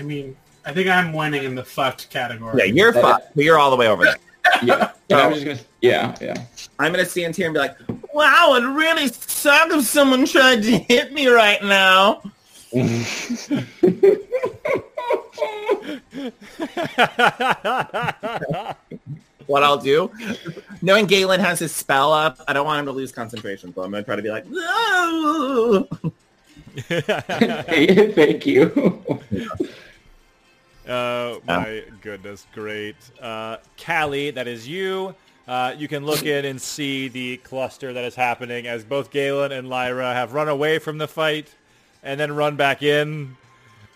I mean, I think I'm winning in the fucked category. Yeah, you're That- fucked. but You're all the way over there. Yeah. And I'm just gonna, yeah, yeah. I'm going to stand here and be like, wow, it really sucked if someone tried to hit me right now. what I'll do. Knowing Galen has his spell up, I don't want him to lose concentration, so I'm gonna try to be like, no. Hey, Thank you. Oh my goodness, great. Uh, Callie, that is you. Uh, you can look in and see the cluster that is happening as both Galen and Lyra have run away from the fight and then run back in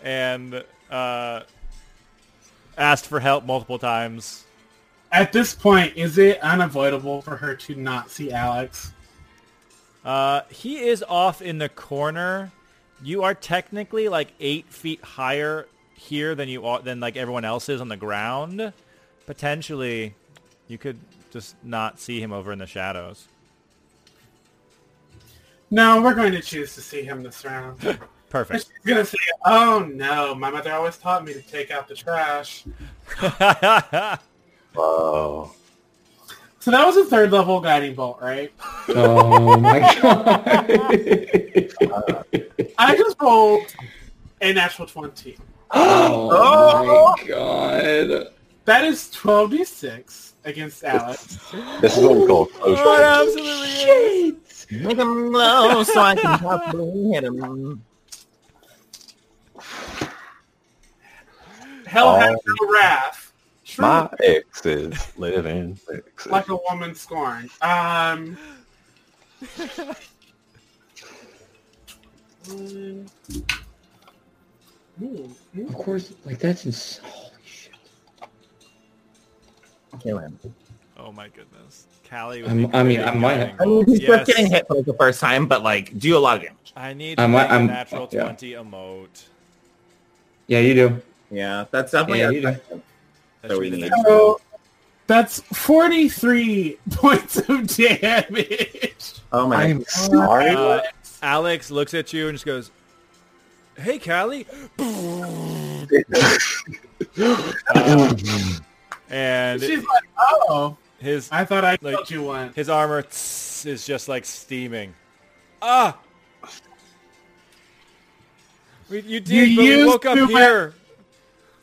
and uh, asked for help multiple times. At this point, is it unavoidable for her to not see Alex? Uh, he is off in the corner. You are technically like eight feet higher here than you are than like everyone else is on the ground. Potentially, you could just not see him over in the shadows. No, we're going to choose to see him this round. She's Perfect. gonna say, "Oh no, my mother always taught me to take out the trash." Oh Wow. So that was a third level guiding bolt, right? oh my god. I just rolled a natural twenty. oh my god. That is twelve d six against Alex. This is what we call closure. Make him low so I can possibly hit him. Hell has Oh. no wrath. True, My ex is living sexy. like a woman scorned. Um. One. Ooh, ooh. Of course, like that's insane. Holy shit. Kill him. oh my goodness, Callie. Would I'm- be I mean, great I might- guiding I mean, he's bolt. just getting Yes. hit for like the first time, but like do a lot of damage. I need to I might- make a I'm- natural yeah. twenty emote. Yeah, you do. Yeah, that's definitely. Yeah, a- you do. That So should we be the need- next round. So that's forty-three points of damage. oh my! I'm God. sorry. Uh, Alex looks at you and just goes, "Hey, Callie," Uh, and She's like, oh, his I thought I Like- killed you once. his armor tss is just like steaming. Ah, We, you You did, but we used woke up to my- here.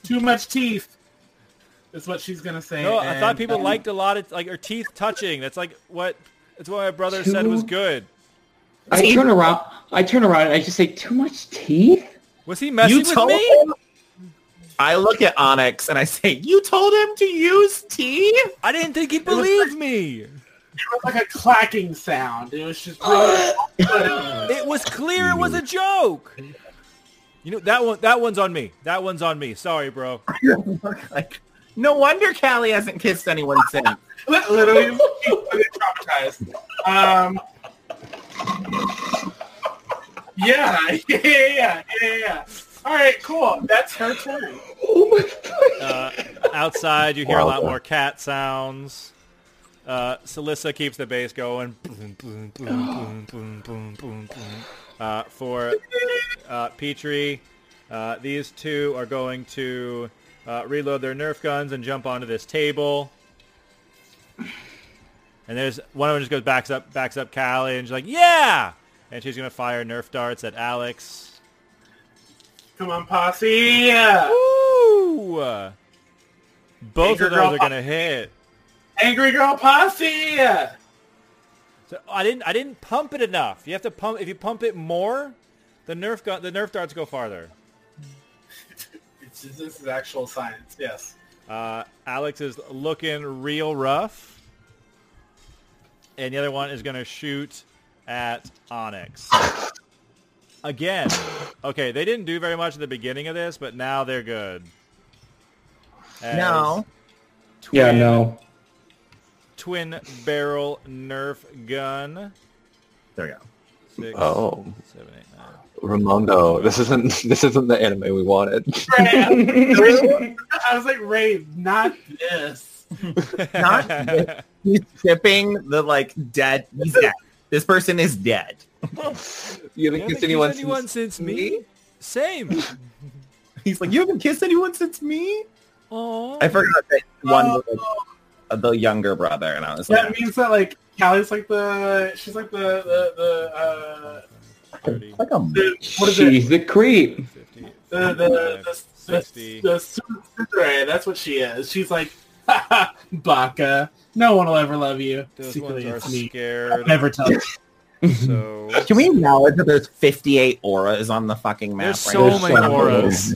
Too much teeth is what she's gonna say. No, I thought and, people um, liked a lot of like our teeth touching. That's like what that's what my brother said was Two- good. I turn around. I turn around and I just say, "Too much teeth." Was he messing you with told me? him. I look at Onyx and I say, "You told him to use tea." I didn't think he'd believe me. It was like a clacking sound. It was just really It was clear it was a joke. You know that one. That one's on me. That one's on me. Sorry, bro. like, no wonder Callie hasn't kissed anyone since. literally she was traumatized. Um, yeah, yeah, yeah, yeah, yeah. All right, cool. That's her turn. Oh my god! Uh, outside, you hear a lot Wow. more cat sounds. Uh, Celissa keeps the bass going. Boom, boom, boom, boom, boom, boom, boom, boom. Uh, for uh, Petrie, uh, these two are going to uh, reload their Nerf guns and jump onto this table. And there's one of them just goes backs up, backs up Callie, and she's like, "Yeah!" And she's gonna fire Nerf darts at Alex. Come on, posse. Yeah. Ooh! Both Anchor of those girl are gonna hit. Angry girl posse. So I didn't I didn't pump it enough. You have to pump if you pump it more, the nerf gun the nerf darts go farther. It's just, this is actual science. Yes. Uh, Alex is looking real rough. And the other one is gonna shoot at Onyx. Again. Okay, they didn't do very much at the beginning of this, but now they're good. As No. twin- Yeah, no. Twin barrel nerf gun. There we go. Six, Oh, seven, eight, nine. Ramondo, this isn't this isn't the anime we wanted. Ray, I was like, Ray, not this. Not this. He's tipping the like dead. He's dead. This person is dead. You You haven't haven't kissed anyone, kissed anyone since, me? Same. He's like, you haven't kissed anyone since me. Aw. I forgot that one was like, Oh, the younger brother, and I was that like, means that like Callie's like the she's like the the the uh, 30, like a the what is it She's the creep. 50, the the Uh, the, 60. the, the Sundere, That's what she is. She's like, "Ha, ha, Baka. No one will ever love you. Those ones Secretly, are it's me. I'll scared. never tell you. So Can we acknowledge that there's 58 auras on the fucking map? there's right so now? many There's auras. so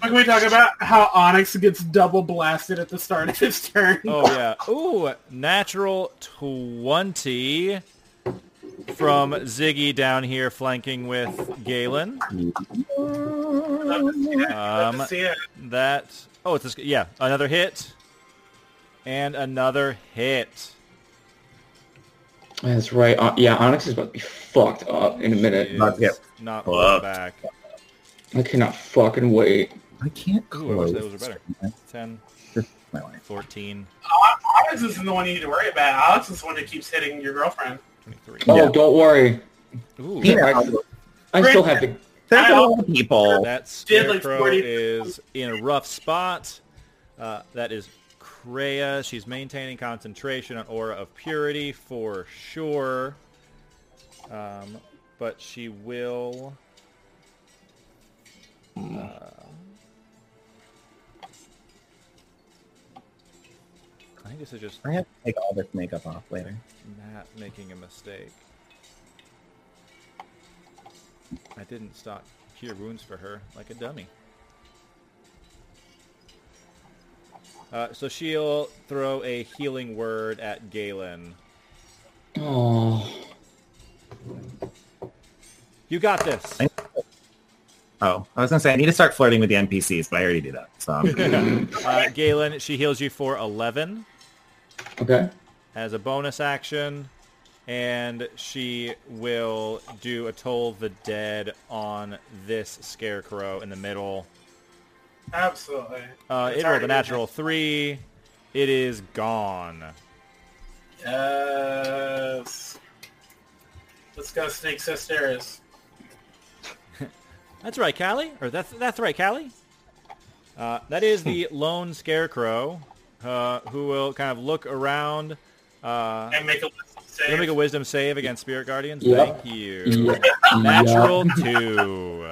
Can we talk about how Onyx gets double blasted at the start of his turn? Oh yeah. Ooh, natural twenty from Ziggy down here, flanking with Galen. Love to see it. Love to Um, see it. That oh, it's a, yeah, another hit, and another hit. That's right. Uh, yeah, Onyx is about to be fucked up in a minute. Is Not hit. Not Fucked. back. I cannot fucking wait. I can't Ooh, I wish close. those were better. 10, My life. 14, Onyx isn't the one you need to worry about. Alex is the one that keeps hitting your girlfriend. 23. Oh, Yeah. don't worry. Ooh, You I, know, I still have the. there's a I lot of people. That Did, like, scarecrow 40 is in a rough spot. Uh, that is Kreia. She's maintaining concentration on Aura of Purity for sure. Um, but she will. Uh, I think this is just I have to take all this makeup off later. Matt making a mistake. I didn't stock cure wounds for her like a dummy. Uh, so she'll throw a healing word at Galen. Oh, You got this. I- Oh, I was gonna say I need to start flirting with the NPCs, but I already do that. So I'm- Uh, Galen, she heals you for 11 okay. as a bonus action, and she will do a toll the dead on this scarecrow in the middle. Absolutely. Uh, It's it rolled already a been natural three. It is gone. hit. Yes. Let's go, Snake Sisters. That's right, Callie. Or that's that's right, Callie. Uh, that is the lone scarecrow, uh, who will kind of look around. Uh, And make a wisdom you save. make a wisdom save against spirit guardians. Yeah. Thank you. Yeah. Natural two.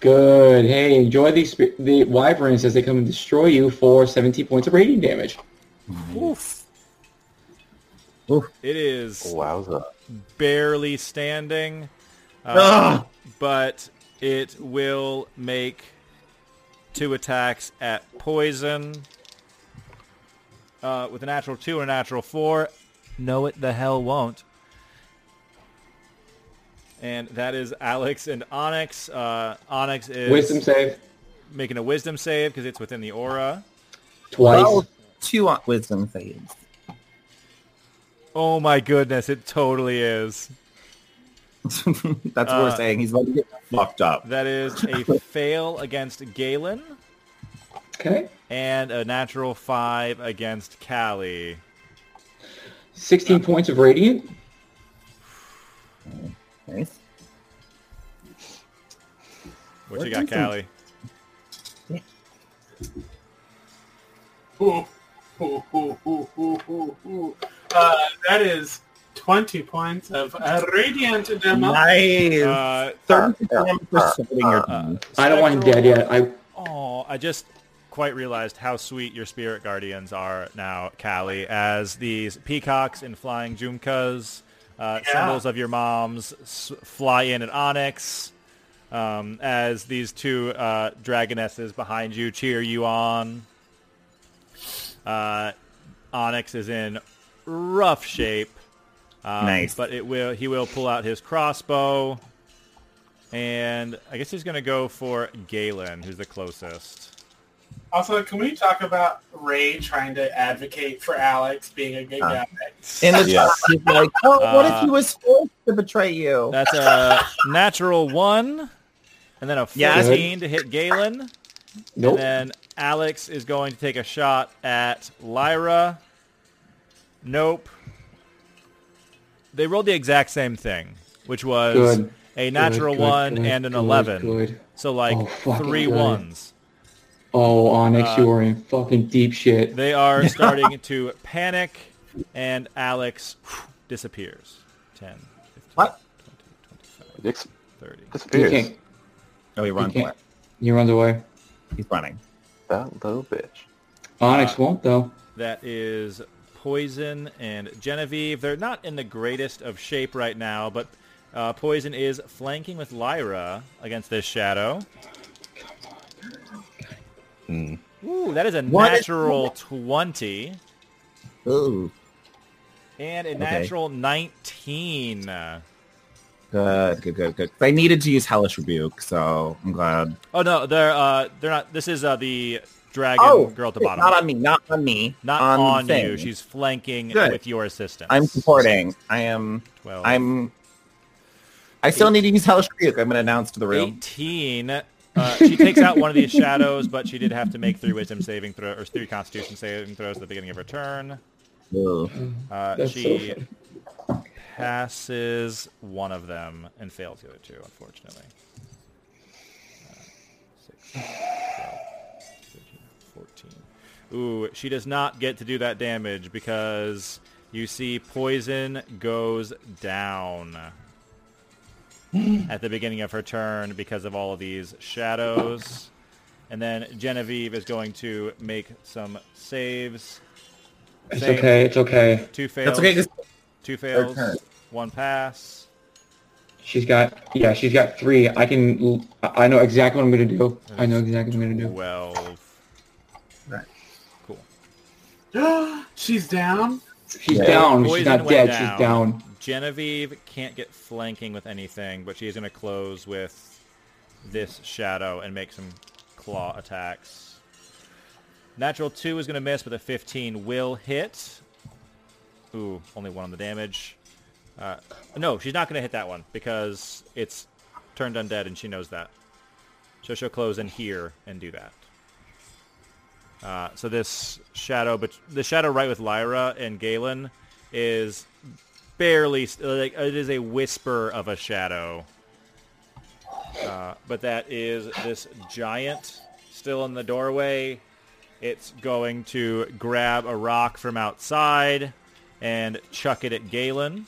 Good. Hey, enjoy the expe- the wyverns as they come and destroy you for 17 points of radiant damage. Oof. Oof. It is Wowza. barely standing, uh, Ugh. but it will make two attacks at poison uh, with a natural two and a natural four. No, it the hell won't. And that is Alex and Onyx. Uh, Onyx is Wisdom save making a wisdom save because it's within the aura. twice. Oh, two on wisdom saves. Oh my goodness, it totally is. That's what Uh, we're saying. He's about to get fucked up. That is a fail against Galen Okay. and a natural five against Callie. 16 points of radiant. Nice. What you got, Callie? Ooh, ooh, ooh, ooh, ooh, ooh, ooh. Uh, that is 20 points of uh, radiant damage. Nice. Uh, Thank you for supporting your team. I don't want him dead yet. I Oh, I just quite realized how sweet your spirit guardians are now, Callie, as these peacocks and flying jumkas, uh, Yeah. symbols of your mom's, s- fly in at Onyx, um, as these two uh, dragonesses behind you cheer you on. Uh, Onyx is in rough shape. Um, Nice. But it will he will pull out his crossbow. And I guess he's going to go for Galen, who's the closest. Also, can we talk about Ray trying to advocate for Alex being a good guy? In the Yeah. chat, he's like, well, what if Uh, he was forced to betray you? That's a natural one. And then a 14 Yeah. to hit Galen. nope. And then Alex is going to take a shot at Lyra. Nope. They rolled the exact same thing, which was Good. a natural Good, good, one good, and an good, 11. good. So like Oh, three fucking ones. good. Oh, Uh, Onyx, you are in fucking deep shit. They are starting to panic, and Alex disappears. 10, 15, What? 25, 30. You Disappears. can't. No, Oh, he runs can't- away. He runs away. He's running. That little bitch. Onyx Uh, won't though. That is Poison and Genevieve. They're not in the greatest of shape right now, but uh, Poison is flanking with Lyra against this shadow. Ooh, that is a What is- natural 20 Ooh, and a natural 19. good, good, good, good. I needed to use Hellish Rebuke, so I'm glad. Oh no, they're uh, they're not. This is uh, the dragon girl at the bottom. Oh, not on me, not on me, Not on, on thing. you. She's flanking Good. with your assistance. I'm supporting. I am. 12. I'm. I still need to use Hellish Rebuke. I'm going to announce to the room. 18. Uh, she takes out one of these shadows, but she did have to make three wisdom saving throws, or three constitution saving throws at the beginning of her turn. Ooh. Uh, That's she so funny. passes one of them and fails the other two, unfortunately. Uh, six, 12, 13, 14. Ooh, she does not get to do that damage because you see poison goes down at the beginning of her turn because of all of these shadows. And then Genevieve is going to make some saves. It's Same. okay. It's okay. Two fails. That's okay. 'cause- Two fails, turn. one pass. She's got yeah. She's got three. I can. l- I I know exactly what I'm gonna do. I know exactly what I'm gonna do. Twelve. Right. Cool. She's down. She's down. Poison She's not went dead. She's down. Genevieve can't get flanking with anything, but she is going to close with this shadow and make some claw attacks. Natural two is going to miss, but the fifteen will hit. Ooh, only one on the damage. Uh, no, she's not going to hit that one because it's turned undead, and she knows that. So she'll close in here and do that. Uh, so this shadow, but the shadow right with Lyra and Galen is barely s- like it is a whisper of a shadow. Uh, but that is this giant still in the doorway. It's going to grab a rock from outside and chuck it at Galen.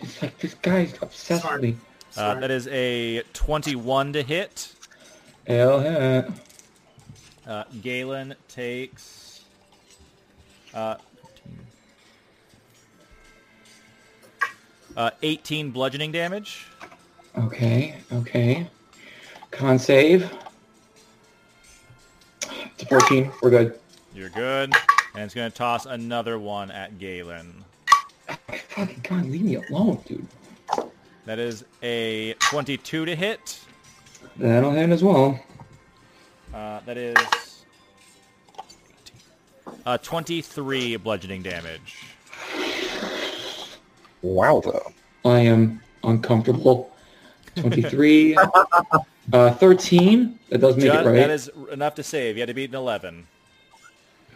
It's like this guy's obsessed with me. Uh, Sorry. that is a 21 to hit. Hell yeah. Uh, Galen takes. Uh, uh, 18 bludgeoning damage. Okay, okay. Con save. It's a 14. We're good. You're good. And it's going to toss another one at Galen. Fucking God, leave me alone, dude. That is a 22 to hit. That'll hit as well. Uh, that is uh, 23 bludgeoning damage. Wow, though. I am uncomfortable. 23. uh, 13. That does make Just, it right. That is enough to save. You had to beat an 11.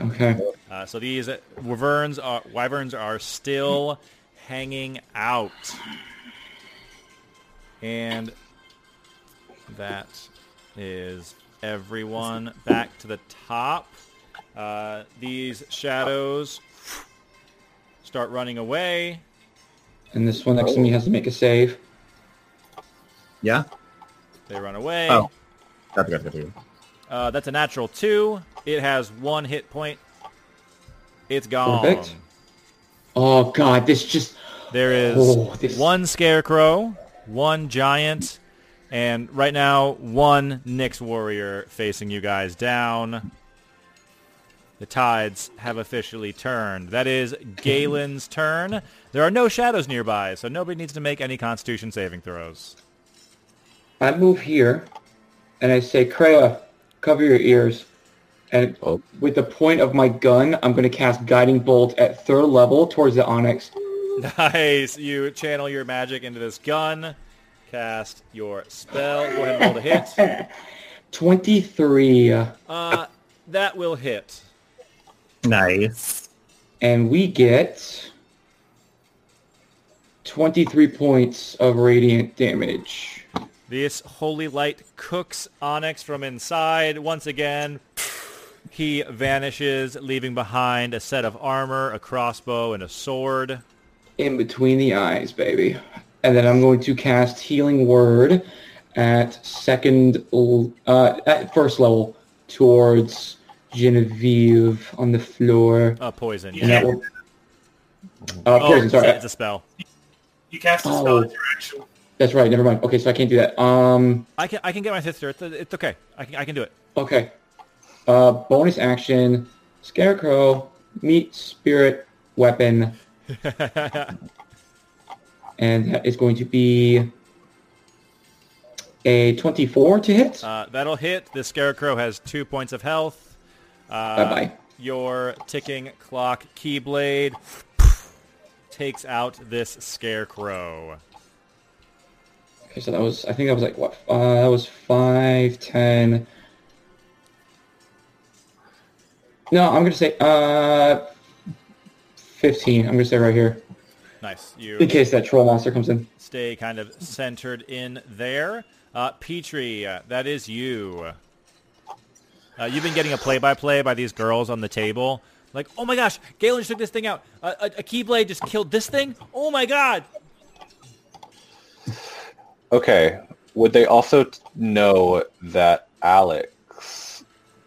okay. Uh, so these wyverns are, wyverns are still hanging out. And that is everyone back to the top. Uh, these shadows start running away. And this one next to me has to make a save. Yeah? They run away. Oh. That's good. That's good. Uh, that's a natural two. It has one hit point. It's gone. Perfect. Oh, God. This just... There is Oh, this- one scarecrow, one giant, and right now one Nyx warrior facing you guys down. The tides have officially turned. That is Galen's turn. There are no shadows nearby, so nobody needs to make any constitution saving throws. I move here, and I say, Kreia, cover your ears. And Oh. with the point of my gun, I'm going to cast Guiding Bolt at third level towards the Onyx. Nice. You channel your magic into this gun. Cast your spell. Go ahead and roll the hit. 23, uh, Uh, that will hit. Nice. and we get 23 points of radiant damage. This holy light cooks Onyx from inside. Once again, he vanishes, leaving behind a set of armor, a crossbow, and a sword. In between the eyes, baby. And then I'm going to cast Healing Word at second, l- uh, at first level towards Genevieve on the floor. Uh, poison. And that will, uh, Oh, poison, it's a, sorry. it's a spell. You cast a spell Oh. interaction. That's right, never mind. Okay, so I can't do that. Um, I can I can get my sister. It's, it's okay. I can I can do it. okay. Uh, bonus action, Scarecrow, meet Spirit, Weapon, and that is going to be a 24 to hit. Uh, that'll hit. The scarecrow has two points of health. Uh, Bye-bye. Your ticking clock keyblade takes out this scarecrow. Okay, so that was, I think that was like, what, uh, that was 5, 10. No, I'm going to say, uh, 15. I'm going to say right here, Nice. You in case that troll monster comes in. stay kind of centered in there. Uh, Petrie, uh, that is you. Uh, you've been getting a play-by-play by these girls on the table. Like, oh my gosh, Galen just took this thing out. Uh, a, a keyblade just killed this thing. Oh my god. Okay. Would they also t- know that Alex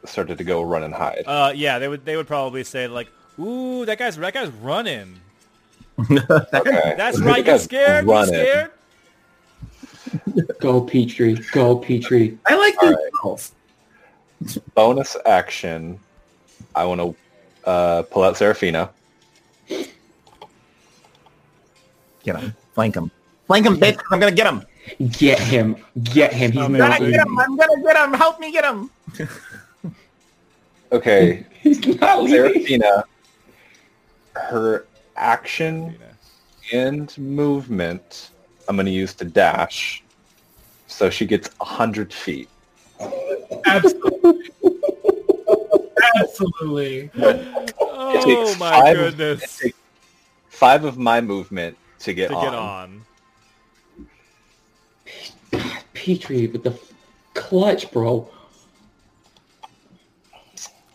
started to go run and hide? Uh, yeah, they would. They would probably say like, ooh, that guy's that guy's running. Okay. That's This right. You guy's scared? You running. scared? Go Petrie, go Petrie. I like All these right. spells. Bonus action. I want to uh, pull out Serafina. Get him. Flank him. Flank him, bitch. I'm going to get him. Get him, get him. He's Oh, man, not Gotta get leaving. him. I'm going to get him. Help me get him. Okay. He's not leaving. Serafina, her action and movement, I'm going to use to dash. So she gets 100 feet. Absolutely. Absolutely. It Oh takes my five- goodness. it takes five of my movement to get To on. get on. Petrie with the f- clutch, bro.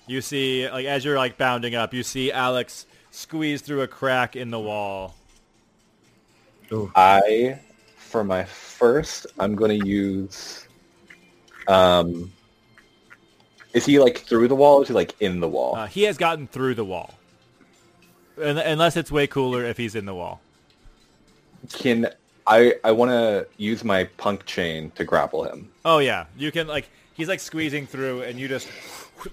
You see, like as you're like bounding up, you see Alex squeeze through a crack in the wall. I for my first, I'm going to use. Um, is he like through the wall? Or is he like in the wall? Uh, he has gotten through the wall. Un- Unless it's way cooler if he's in the wall. Can I? I want to use my punk chain to grapple him. Oh yeah, you can like he's like squeezing through, and you just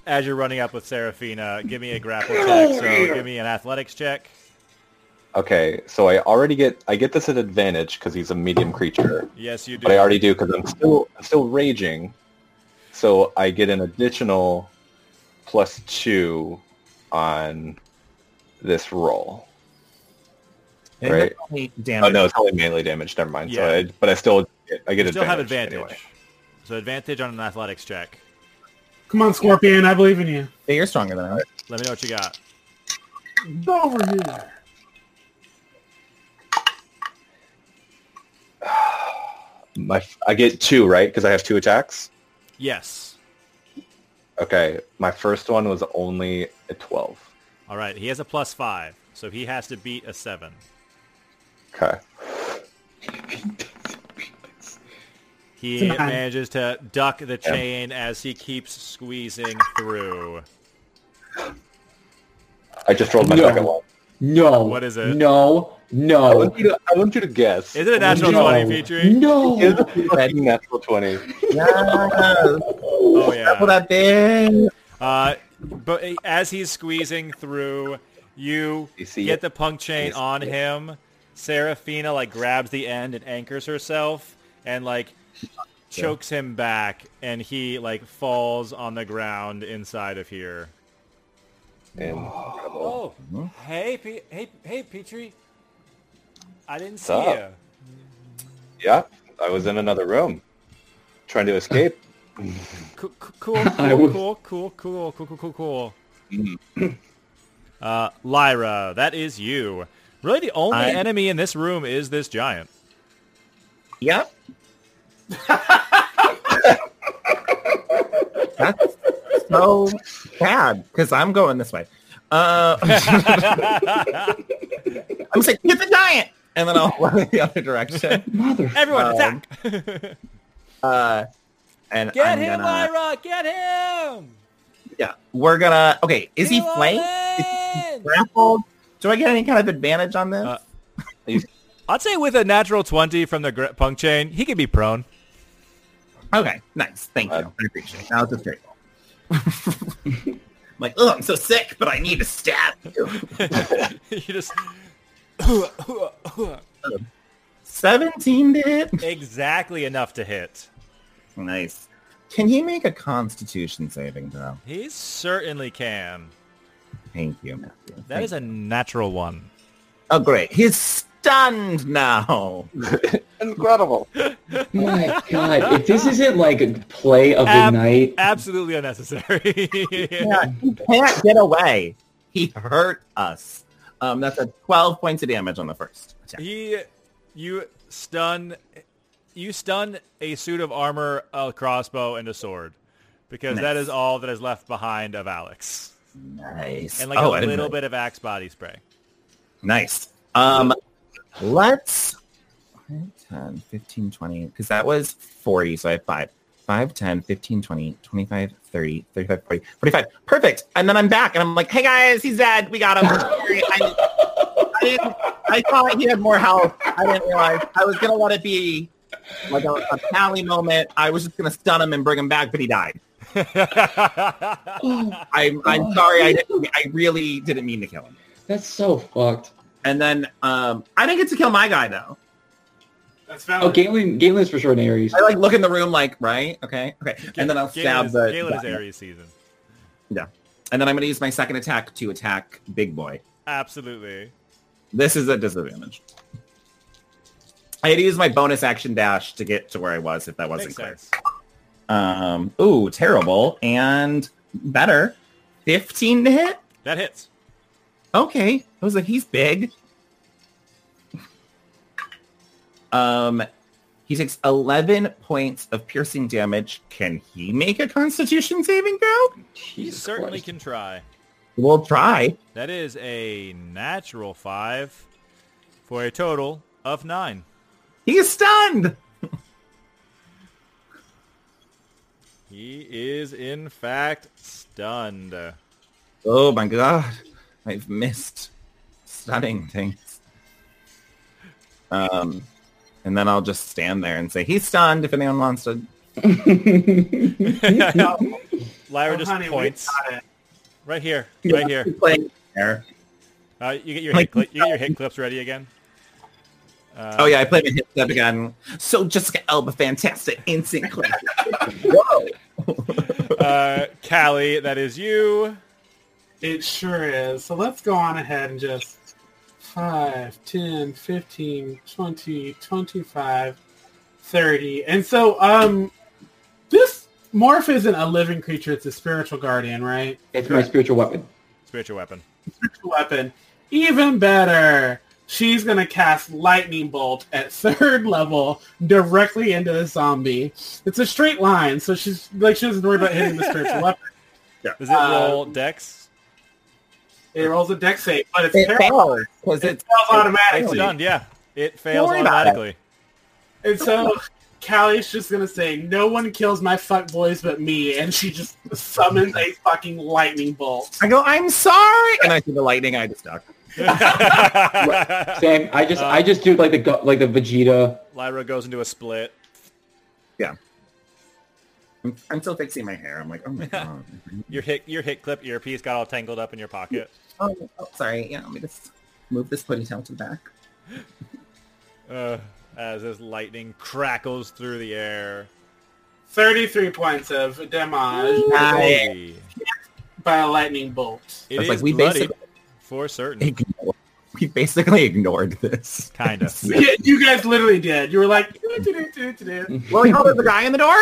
as you're running up with Seraphina, give me a grapple check. So give me an athletics check. Okay, so I already get I get this at advantage because he's a medium creature, Yes, you do. but I already do because I'm still I'm still raging, so I get an additional plus two on this roll. And Right. only Oh damage. no, it's only melee damage. Never mind. So Yeah. I, but I still get, I get you advantage. still have advantage. anyway. So advantage on an athletics check. Come on, Scorpion. I believe in you. Yeah, You're stronger than I am. Let me know what you got. Go Over here. My f- I get two right because I have two attacks. Yes. Okay, my first one was only a twelve. All right. He has a plus five, so he has to beat a seven. Okay, He Nine. manages to duck the chain as he keeps squeezing through. I just rolled my No. second one. No. What is it? No. I No. want you to I want you to guess. Is it a natural no. 20 featuring? Is No. it a fucking natural twenty? Yeah. Oh yeah. Double that thing. Uh, but as he's squeezing through, you, You see get it. the punk chain You see on it. him. Serafina like grabs the end and anchors herself and like chokes him back, and he like falls on the ground inside of here. Incredible. Oh, Mm-hmm. hey, Pe- hey, hey, Petrie. I didn't see up? you. Yeah, I was in another room trying to escape. Cool, cool, I cool, was- cool, cool, cool, cool, cool, cool, cool. Mm. Uh, Lyra, that is you. Really, the only I- enemy in this room is this giant. Yep. That's so bad because I'm going this way. Uh, I'm just like, hit the giant! And then I'll run in the other direction. Mother. Everyone, Um, attack! Uh, and Get I'm him, gonna, Lyra! Get him! Yeah, we're gonna. Okay, is he Get him flanked? in! Grappled? Do I get any kind of advantage on this? Uh, I'd say with a natural 20 from the gr- punk chain, he could be prone. okay, nice. Thank you. I appreciate it. That was just great. I'm like, oh, I'm so sick, but I need to stab you. you just Seventeen did. exactly enough to hit. Nice. Can he make a Constitution saving throw? He certainly can. Thank you, Matthew. That Thank is a natural one. Oh, great. He's stunned now. Incredible. My God. If this isn't like play of the Ab- night, Absolutely unnecessary. Yeah, he can't get away. He hurt us. Um, that's a 12 points of damage on the first attack. he, you stun, you stun a suit of armor, a crossbow, and a sword, because that Nice. is all that is left behind of Alex, Nice. and like Oh, I a didn't little know. bit of axe body spray. Nice. Um, let's 10, 15, 20, because that was 40, so I have 5. 5, 10, 15, 20, 25, 30, 35, 40, 45. Perfect. And then I'm back, and I'm like, hey, guys, he's dead. We got him. Sorry, I, I, didn't, I thought he had more health. I didn't realize. I was going to let it be like a, a pally moment. I was just going to stun him and bring him back, but he died. I'm, I'm sorry. I, didn't, I really didn't mean to kill him. that's so fucked. And then um, I didn't get to kill my guy though. That's valid. Oh, Galen, Galen's for short Aries. I like look in the room like, right? Okay, okay. And then I'll Galen stab is, the Galen is the- Aries season. And then I'm gonna use my second attack to attack Big Boy. Absolutely. This is a disadvantage. I had to use my bonus action dash to get to where I was if that wasn't Makes clear. sense. Um ooh, terrible. And better. Fifteen to hit? That hits. Okay. I was like, he's big. Um he takes 11 points of piercing damage. Can he make a constitution saving throw? You Jesus certainly Christ. can try. We'll try. That is a natural five for a total of nine. He is stunned. He is in fact stunned. Oh my god. I've missed stunning things. Um, and then I'll just stand there and say, he's stunned if anyone wants to. Lyra just Oh, honey, we points got it. right here, right here. Playing there. Uh, you get your Like- hit cli- you get your hit clips ready again. Uh, Oh yeah, I played a hit step again. So Jessica Elba, fantastic, instant class. Whoa. uh, Callie, that is you. It sure is. So let's go on ahead and just 5, 10, 15, 20, 25, 30. And so um this morph isn't a living creature, it's a spiritual guardian, right? It's my spiritual weapon. Spiritual weapon. Spiritual weapon. Even better. She's gonna cast lightning bolt at third level directly into the zombie. It's a straight line, so she's like she doesn't worry about hitting the spiritual weapon. Does it Uh, roll dex? It rolls a dex save, but it's It paralyzed. failed because it's It fails automatically. It's stunned. Yeah, it fails worry about it. automatically. And so Callie's just gonna say, "No one kills my fuck boys but me," and she just summons a fucking lightning bolt. I go, I'm sorry, and I see the lightning. I just duck. Same. I Uh, just I just do like the gu- like the Vegeta. Lyra goes into a split. I'm, I'm still fixing my hair. I'm like, oh my god. Your hit your hit clip earpiece got all tangled up in your pocket. oh, oh, sorry. Yeah, let me just move this ponytail to the back. Uh, as this lightning crackles through the air. Thirty-three points of damage I Holy. by a lightning bolt. It It's is like we bloody basically- for certain. ignored. We basically ignored this. Kinda. Yeah, you guys literally did. You were like, "Do-do-do-do-do-do." well, you know, there's a guy in the door.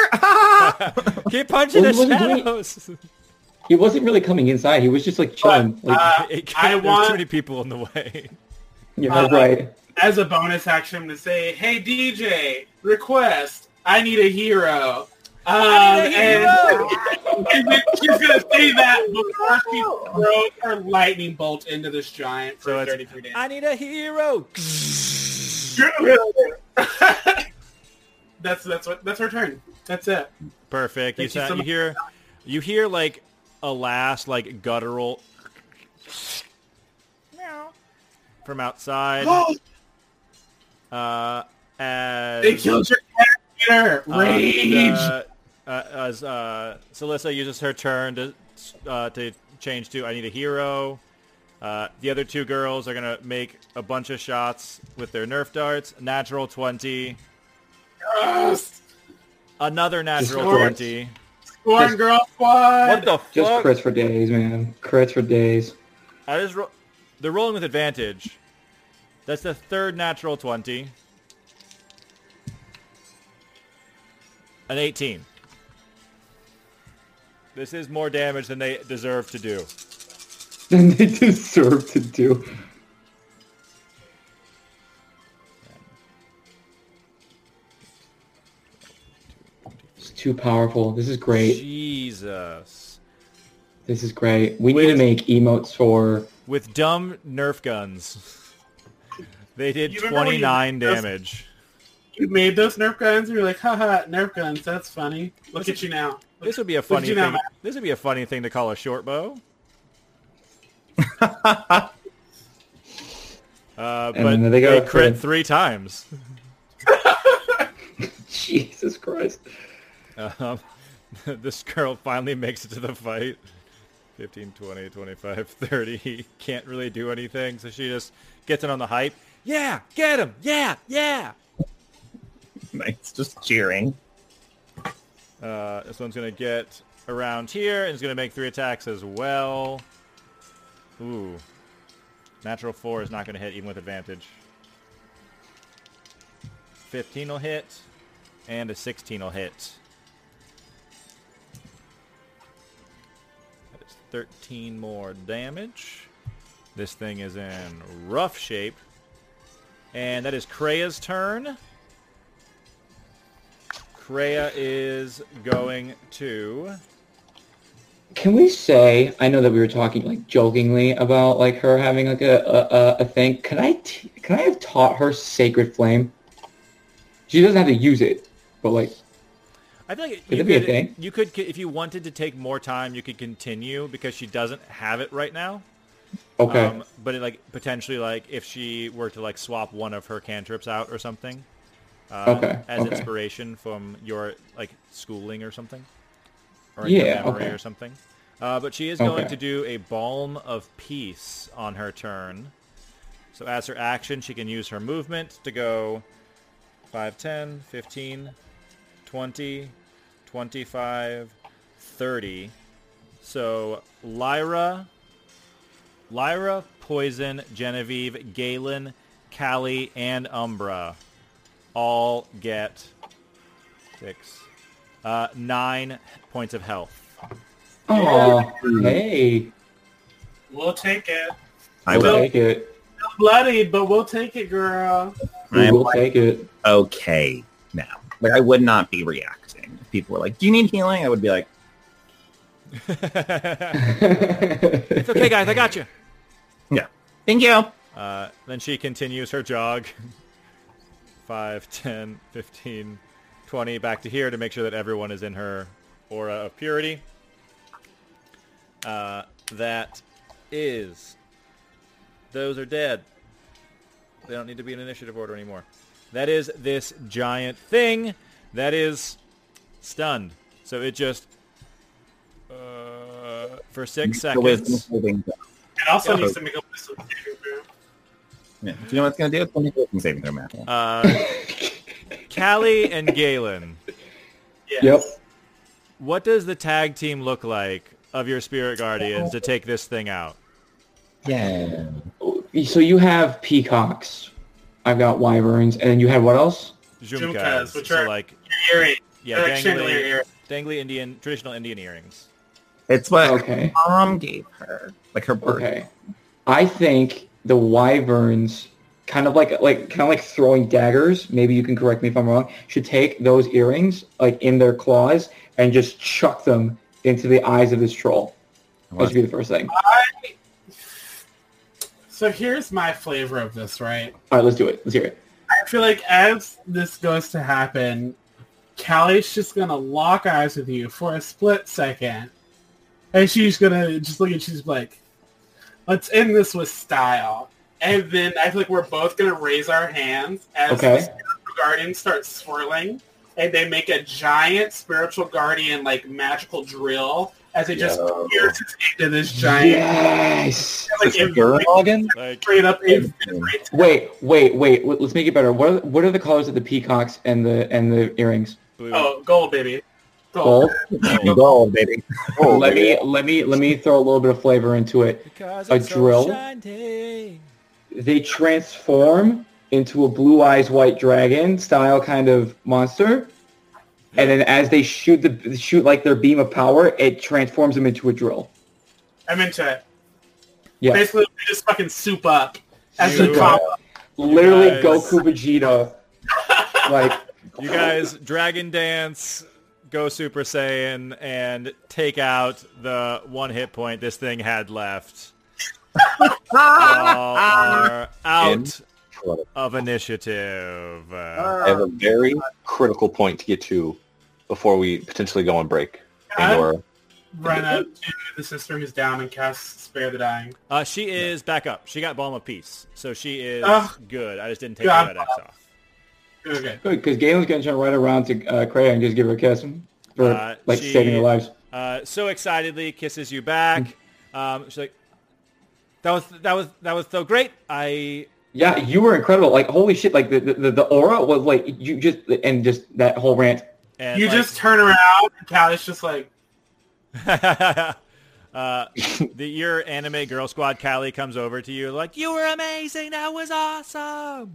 Keep punching the What- what are you doing? shadows. He wasn't really coming inside. He was just like chilling. Like, Uh, It can't- I there's want- too many people in the way. yeah, uh, right. as a bonus action, I'm gonna say, "Hey DJ, request. I need a hero." Um, And, and then she's gonna say that before she throws her lightning bolt into this giant for So it's- 33 damage. I need a hero. that's that's what that's her turn. That's it. Perfect. You, Thank you sound, so you much. hear, you hear like a last like guttural meow from outside. uh, as They killed your character. uh, Rage. the- uh, as uh, Celissa uses her turn to uh, to change to I need a hero. Uh, the other two girls are gonna make a bunch of shots with their Nerf darts. Natural twenty. Yes. Another natural Destroy. twenty. Scorn girl What squad. the Just fuck? crits for days, man. Crits for days. I just ro- they're rolling with advantage. That's the third natural 20. An 18. This is more damage than they deserve to do. Than they deserve to do. It's too powerful. This is great. Jesus. This is great. We need to make emotes for. With dumb Nerf guns. They did You remember when you- 29 damage. You made those Nerf guns. and You're like, haha, Nerf guns. That's funny. Look at you now. This would be a Look at funny you now, thing. Matt. This would be a funny thing to call a short bow. uh, And but then they, they got a crit crit. three times. Jesus Christ. Um, this girl finally makes it to the fight. 15, 20, 25, 30. Can't really do anything, so she just gets in on the hype. Yeah, get him! Yeah, yeah! nice, just cheering. Uh, this one's going to get around here and is going to make three attacks as well. Ooh. Natural 4 is not going to hit, even with advantage. 15 will hit, and a 16 will hit. That is 13 more damage. This thing is in rough shape. And that is Krea's turn. Kreia is going to... Can we say? I know that we were talking like jokingly about like her having like a a, a- a thing. Can I t- can I have taught her Sacred Flame? She doesn't have to use it, but like I feel like Could you it be a could, thing? you could, if you wanted to take more time, you could continue because she doesn't have it right now. okay, Um, but it, like potentially, like if she were to like swap one of her cantrips out or something, uh, Okay, as okay. inspiration from your like schooling or something, or in Yeah, your memory okay. or something. Uh, but she is Okay. going to do a balm of peace on her turn. So as her action, she can use her movement to go 5, 10, 15, 20, 25, 30. So Lyra, Lyra, Poison, Genevieve, Galen, Callie, and Umbra all get six, uh, nine points of health. oh hey, We'll take it. I we'll will. take it. Still bloodied, but we'll take it, girl. I We am will like, take it. okay now. Like I would not be reacting. If people were like, "Do you need healing?" I would be like, it's it's okay, guys. I got you. "Yeah, thank you." Uh, then she continues her jog. 5, 10, 15, 20, back to here to make sure that everyone is in her aura of purity. Uh, that is... Those are dead. They don't need to be in initiative order anymore. That is this giant thing that is stunned. So it just... Uh, for six The wisdom seconds... saving throw. It also Yeah. needs to make a wisdom saving throw. Yeah. Do you know what it's gonna do? It's gonna do wisdom saving throw, Matt. Uh, Callie and Galen, Yes. Yep. what does the tag team look like of your spirit guardians to take this thing out? yeah. So you have peacocks. I've got wyverns, and then you had what else? Jumkas, Jhumkas, which so are- like Eerie. yeah, Like chandelier dangly, ear. dangly Indian traditional Indian earrings. It's what Okay. mom gave her, like her birth. Okay. I think the wyverns, kind of like like kind of like throwing daggers. Maybe you can correct me if I'm wrong. Should take those earrings like in their claws and just chuck them into the eyes of this troll. That should be the first thing. All So here's my flavor of this, right? right, let's do it. Let's hear it. I feel like as this goes to happen, Callie's just gonna lock eyes with you for a split second, and she's gonna just look at you. She's like, "Let's end this with style." And then I feel like we're both gonna raise our hands as Okay. the spiritual guardian starts swirling, and they make a giant spiritual guardian like magical drill as it just Yo. pierces into this giant Yes. like Is this girl again? Like straight up Interesting. Wait, wait, wait. Wait, Let's make it better. What are, what are the colors of the peacocks and the and the earrings? blue. oh gold baby gold. Gold. Gold, baby. Oh, let baby. me let me let me throw a little bit of flavor into it. Because a it's so drill? shiny. they transform into a blue eyes white dragon style kind of monster and then as they shoot the shoot like their beam of power it transforms them into a drill I'm into it. yeah Basically, we just fucking soup up as Soup the comp. literally guys- goku vegeta like You guys, dragon dance, go Super Saiyan, and take out the one hit point this thing had left. All are out of initiative. Uh, I have a very critical point to get to before we potentially go on break. Can I Or run up to the sister who's down and cast Spare the Dying. Uh, she is back up. She got Balm of Peace, so she is Ugh. good. I just didn't take Yeah, the red I'm- X off. Okay. good because galen's gonna turn right around to uh Kraya and just give her a kiss for Uh, like she- saving her lives Uh, so excitedly kisses you back. Mm. Um, she's like, "That was that was that was so great. I yeah you were incredible like holy shit like the the, the aura was like you just and just that whole rant and You like- just turn around, and Callie's just like, uh, the your anime girl squad Callie comes over to you like you were amazing. That was awesome.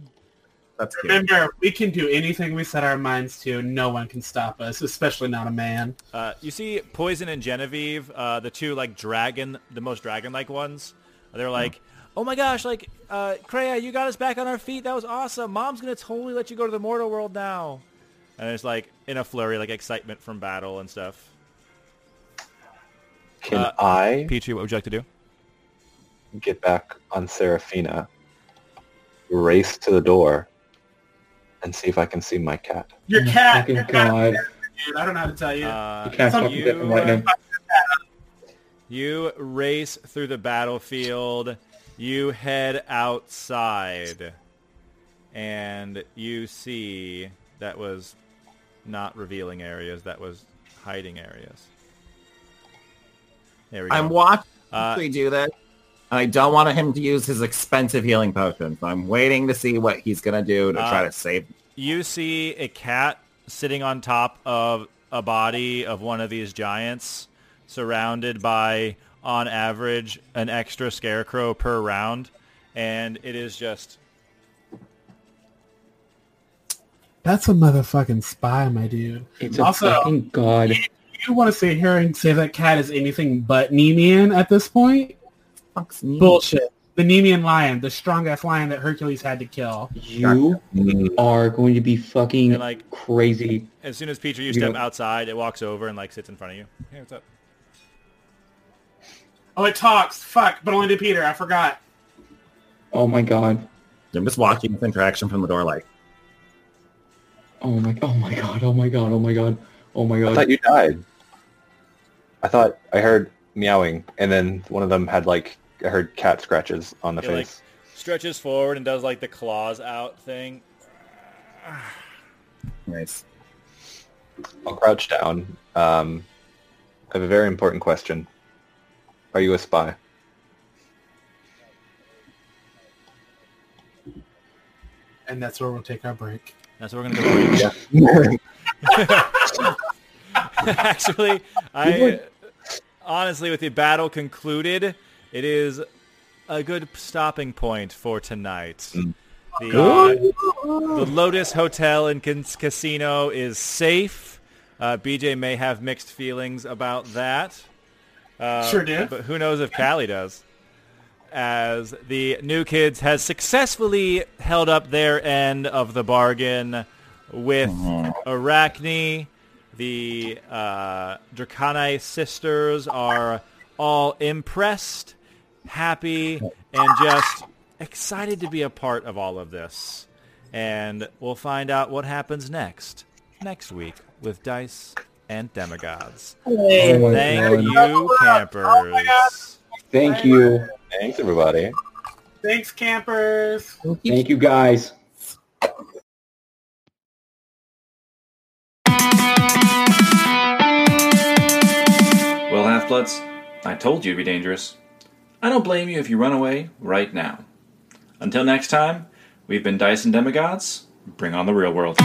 That's cute. remember, we can do anything we set our minds to. No one can stop us, especially not a man. Uh, you see Poison and Genevieve, uh, the two like dragon, the most dragon-like ones. They're like, oh my gosh, like uh, Kreia, you got us back on our feet. That was awesome. Mom's gonna totally let you go to the mortal world now. And it's like in a flurry, like excitement from battle and stuff. can Uh, I Petrie, what would you like to do? get back on Serafina, race to the door, and see if I can see my cat. Your Oh, cat, fucking your cat, God. dude. I don't know how to tell you. Uh, You can't some- fucking get you, from lightning. You race through the battlefield. You head outside. And you see that was not revealing areas. That was hiding areas. There we go. I'm watching Uh, we do this. And I don't want him to use his expensive healing potion, so I'm waiting to see what he's gonna do to try Uh, to save. you see a cat sitting on top of a body of one of these giants, surrounded by, on average, an extra scarecrow per round. And it is just That's a motherfucking spy, my dude. It's Also- a fucking god. You want to sit here and say that cat is anything but Nemean at this point? Fuck's me. Bullshit. The Nemean lion, the strong ass lion that Hercules had to kill. You Mm. are going to be fucking And, like- crazy. As soon as Peter, you You step know- outside, it walks over and like sits in front of you. Hey, what's up? Oh, it talks. Fuck, but only to Peter. I forgot. Oh my god. I'm just watching this interaction from the door, like Oh my. Oh my god. Oh my god. Oh my god. Oh my I god. thought you died. I thought I heard meowing, and then one of them had like I heard cat scratches on the It like face. stretches forward and does like the claws out thing. nice. I'll crouch down. Um, I have a very important question. Are you a spy? And that's where we'll take our break. That's what we're gonna do. Yeah. Actually, I honestly, with the battle concluded, it is a good stopping point for tonight. The, uh, the Lotus Hotel and Cas- Casino is safe. Uh, BJ may have mixed feelings about that. Uh, Sure do. But who knows if Callie does. As the New Kids has successfully held up their end of the bargain with Uh-huh. Arachne. The uh, Dracani sisters are all impressed, happy, and just excited to be a part of all of this. And we'll find out what happens next, next week with Dice and Demigods. oh my Thank god. you, campers. Thank you. Thanks, everybody. Thanks, campers. Thank you guys. Well, Half-Bloods, I told you it'd be dangerous. I don't blame you if you run away right now. Until next time, we've been Dice and Demigods. Bring on the real world.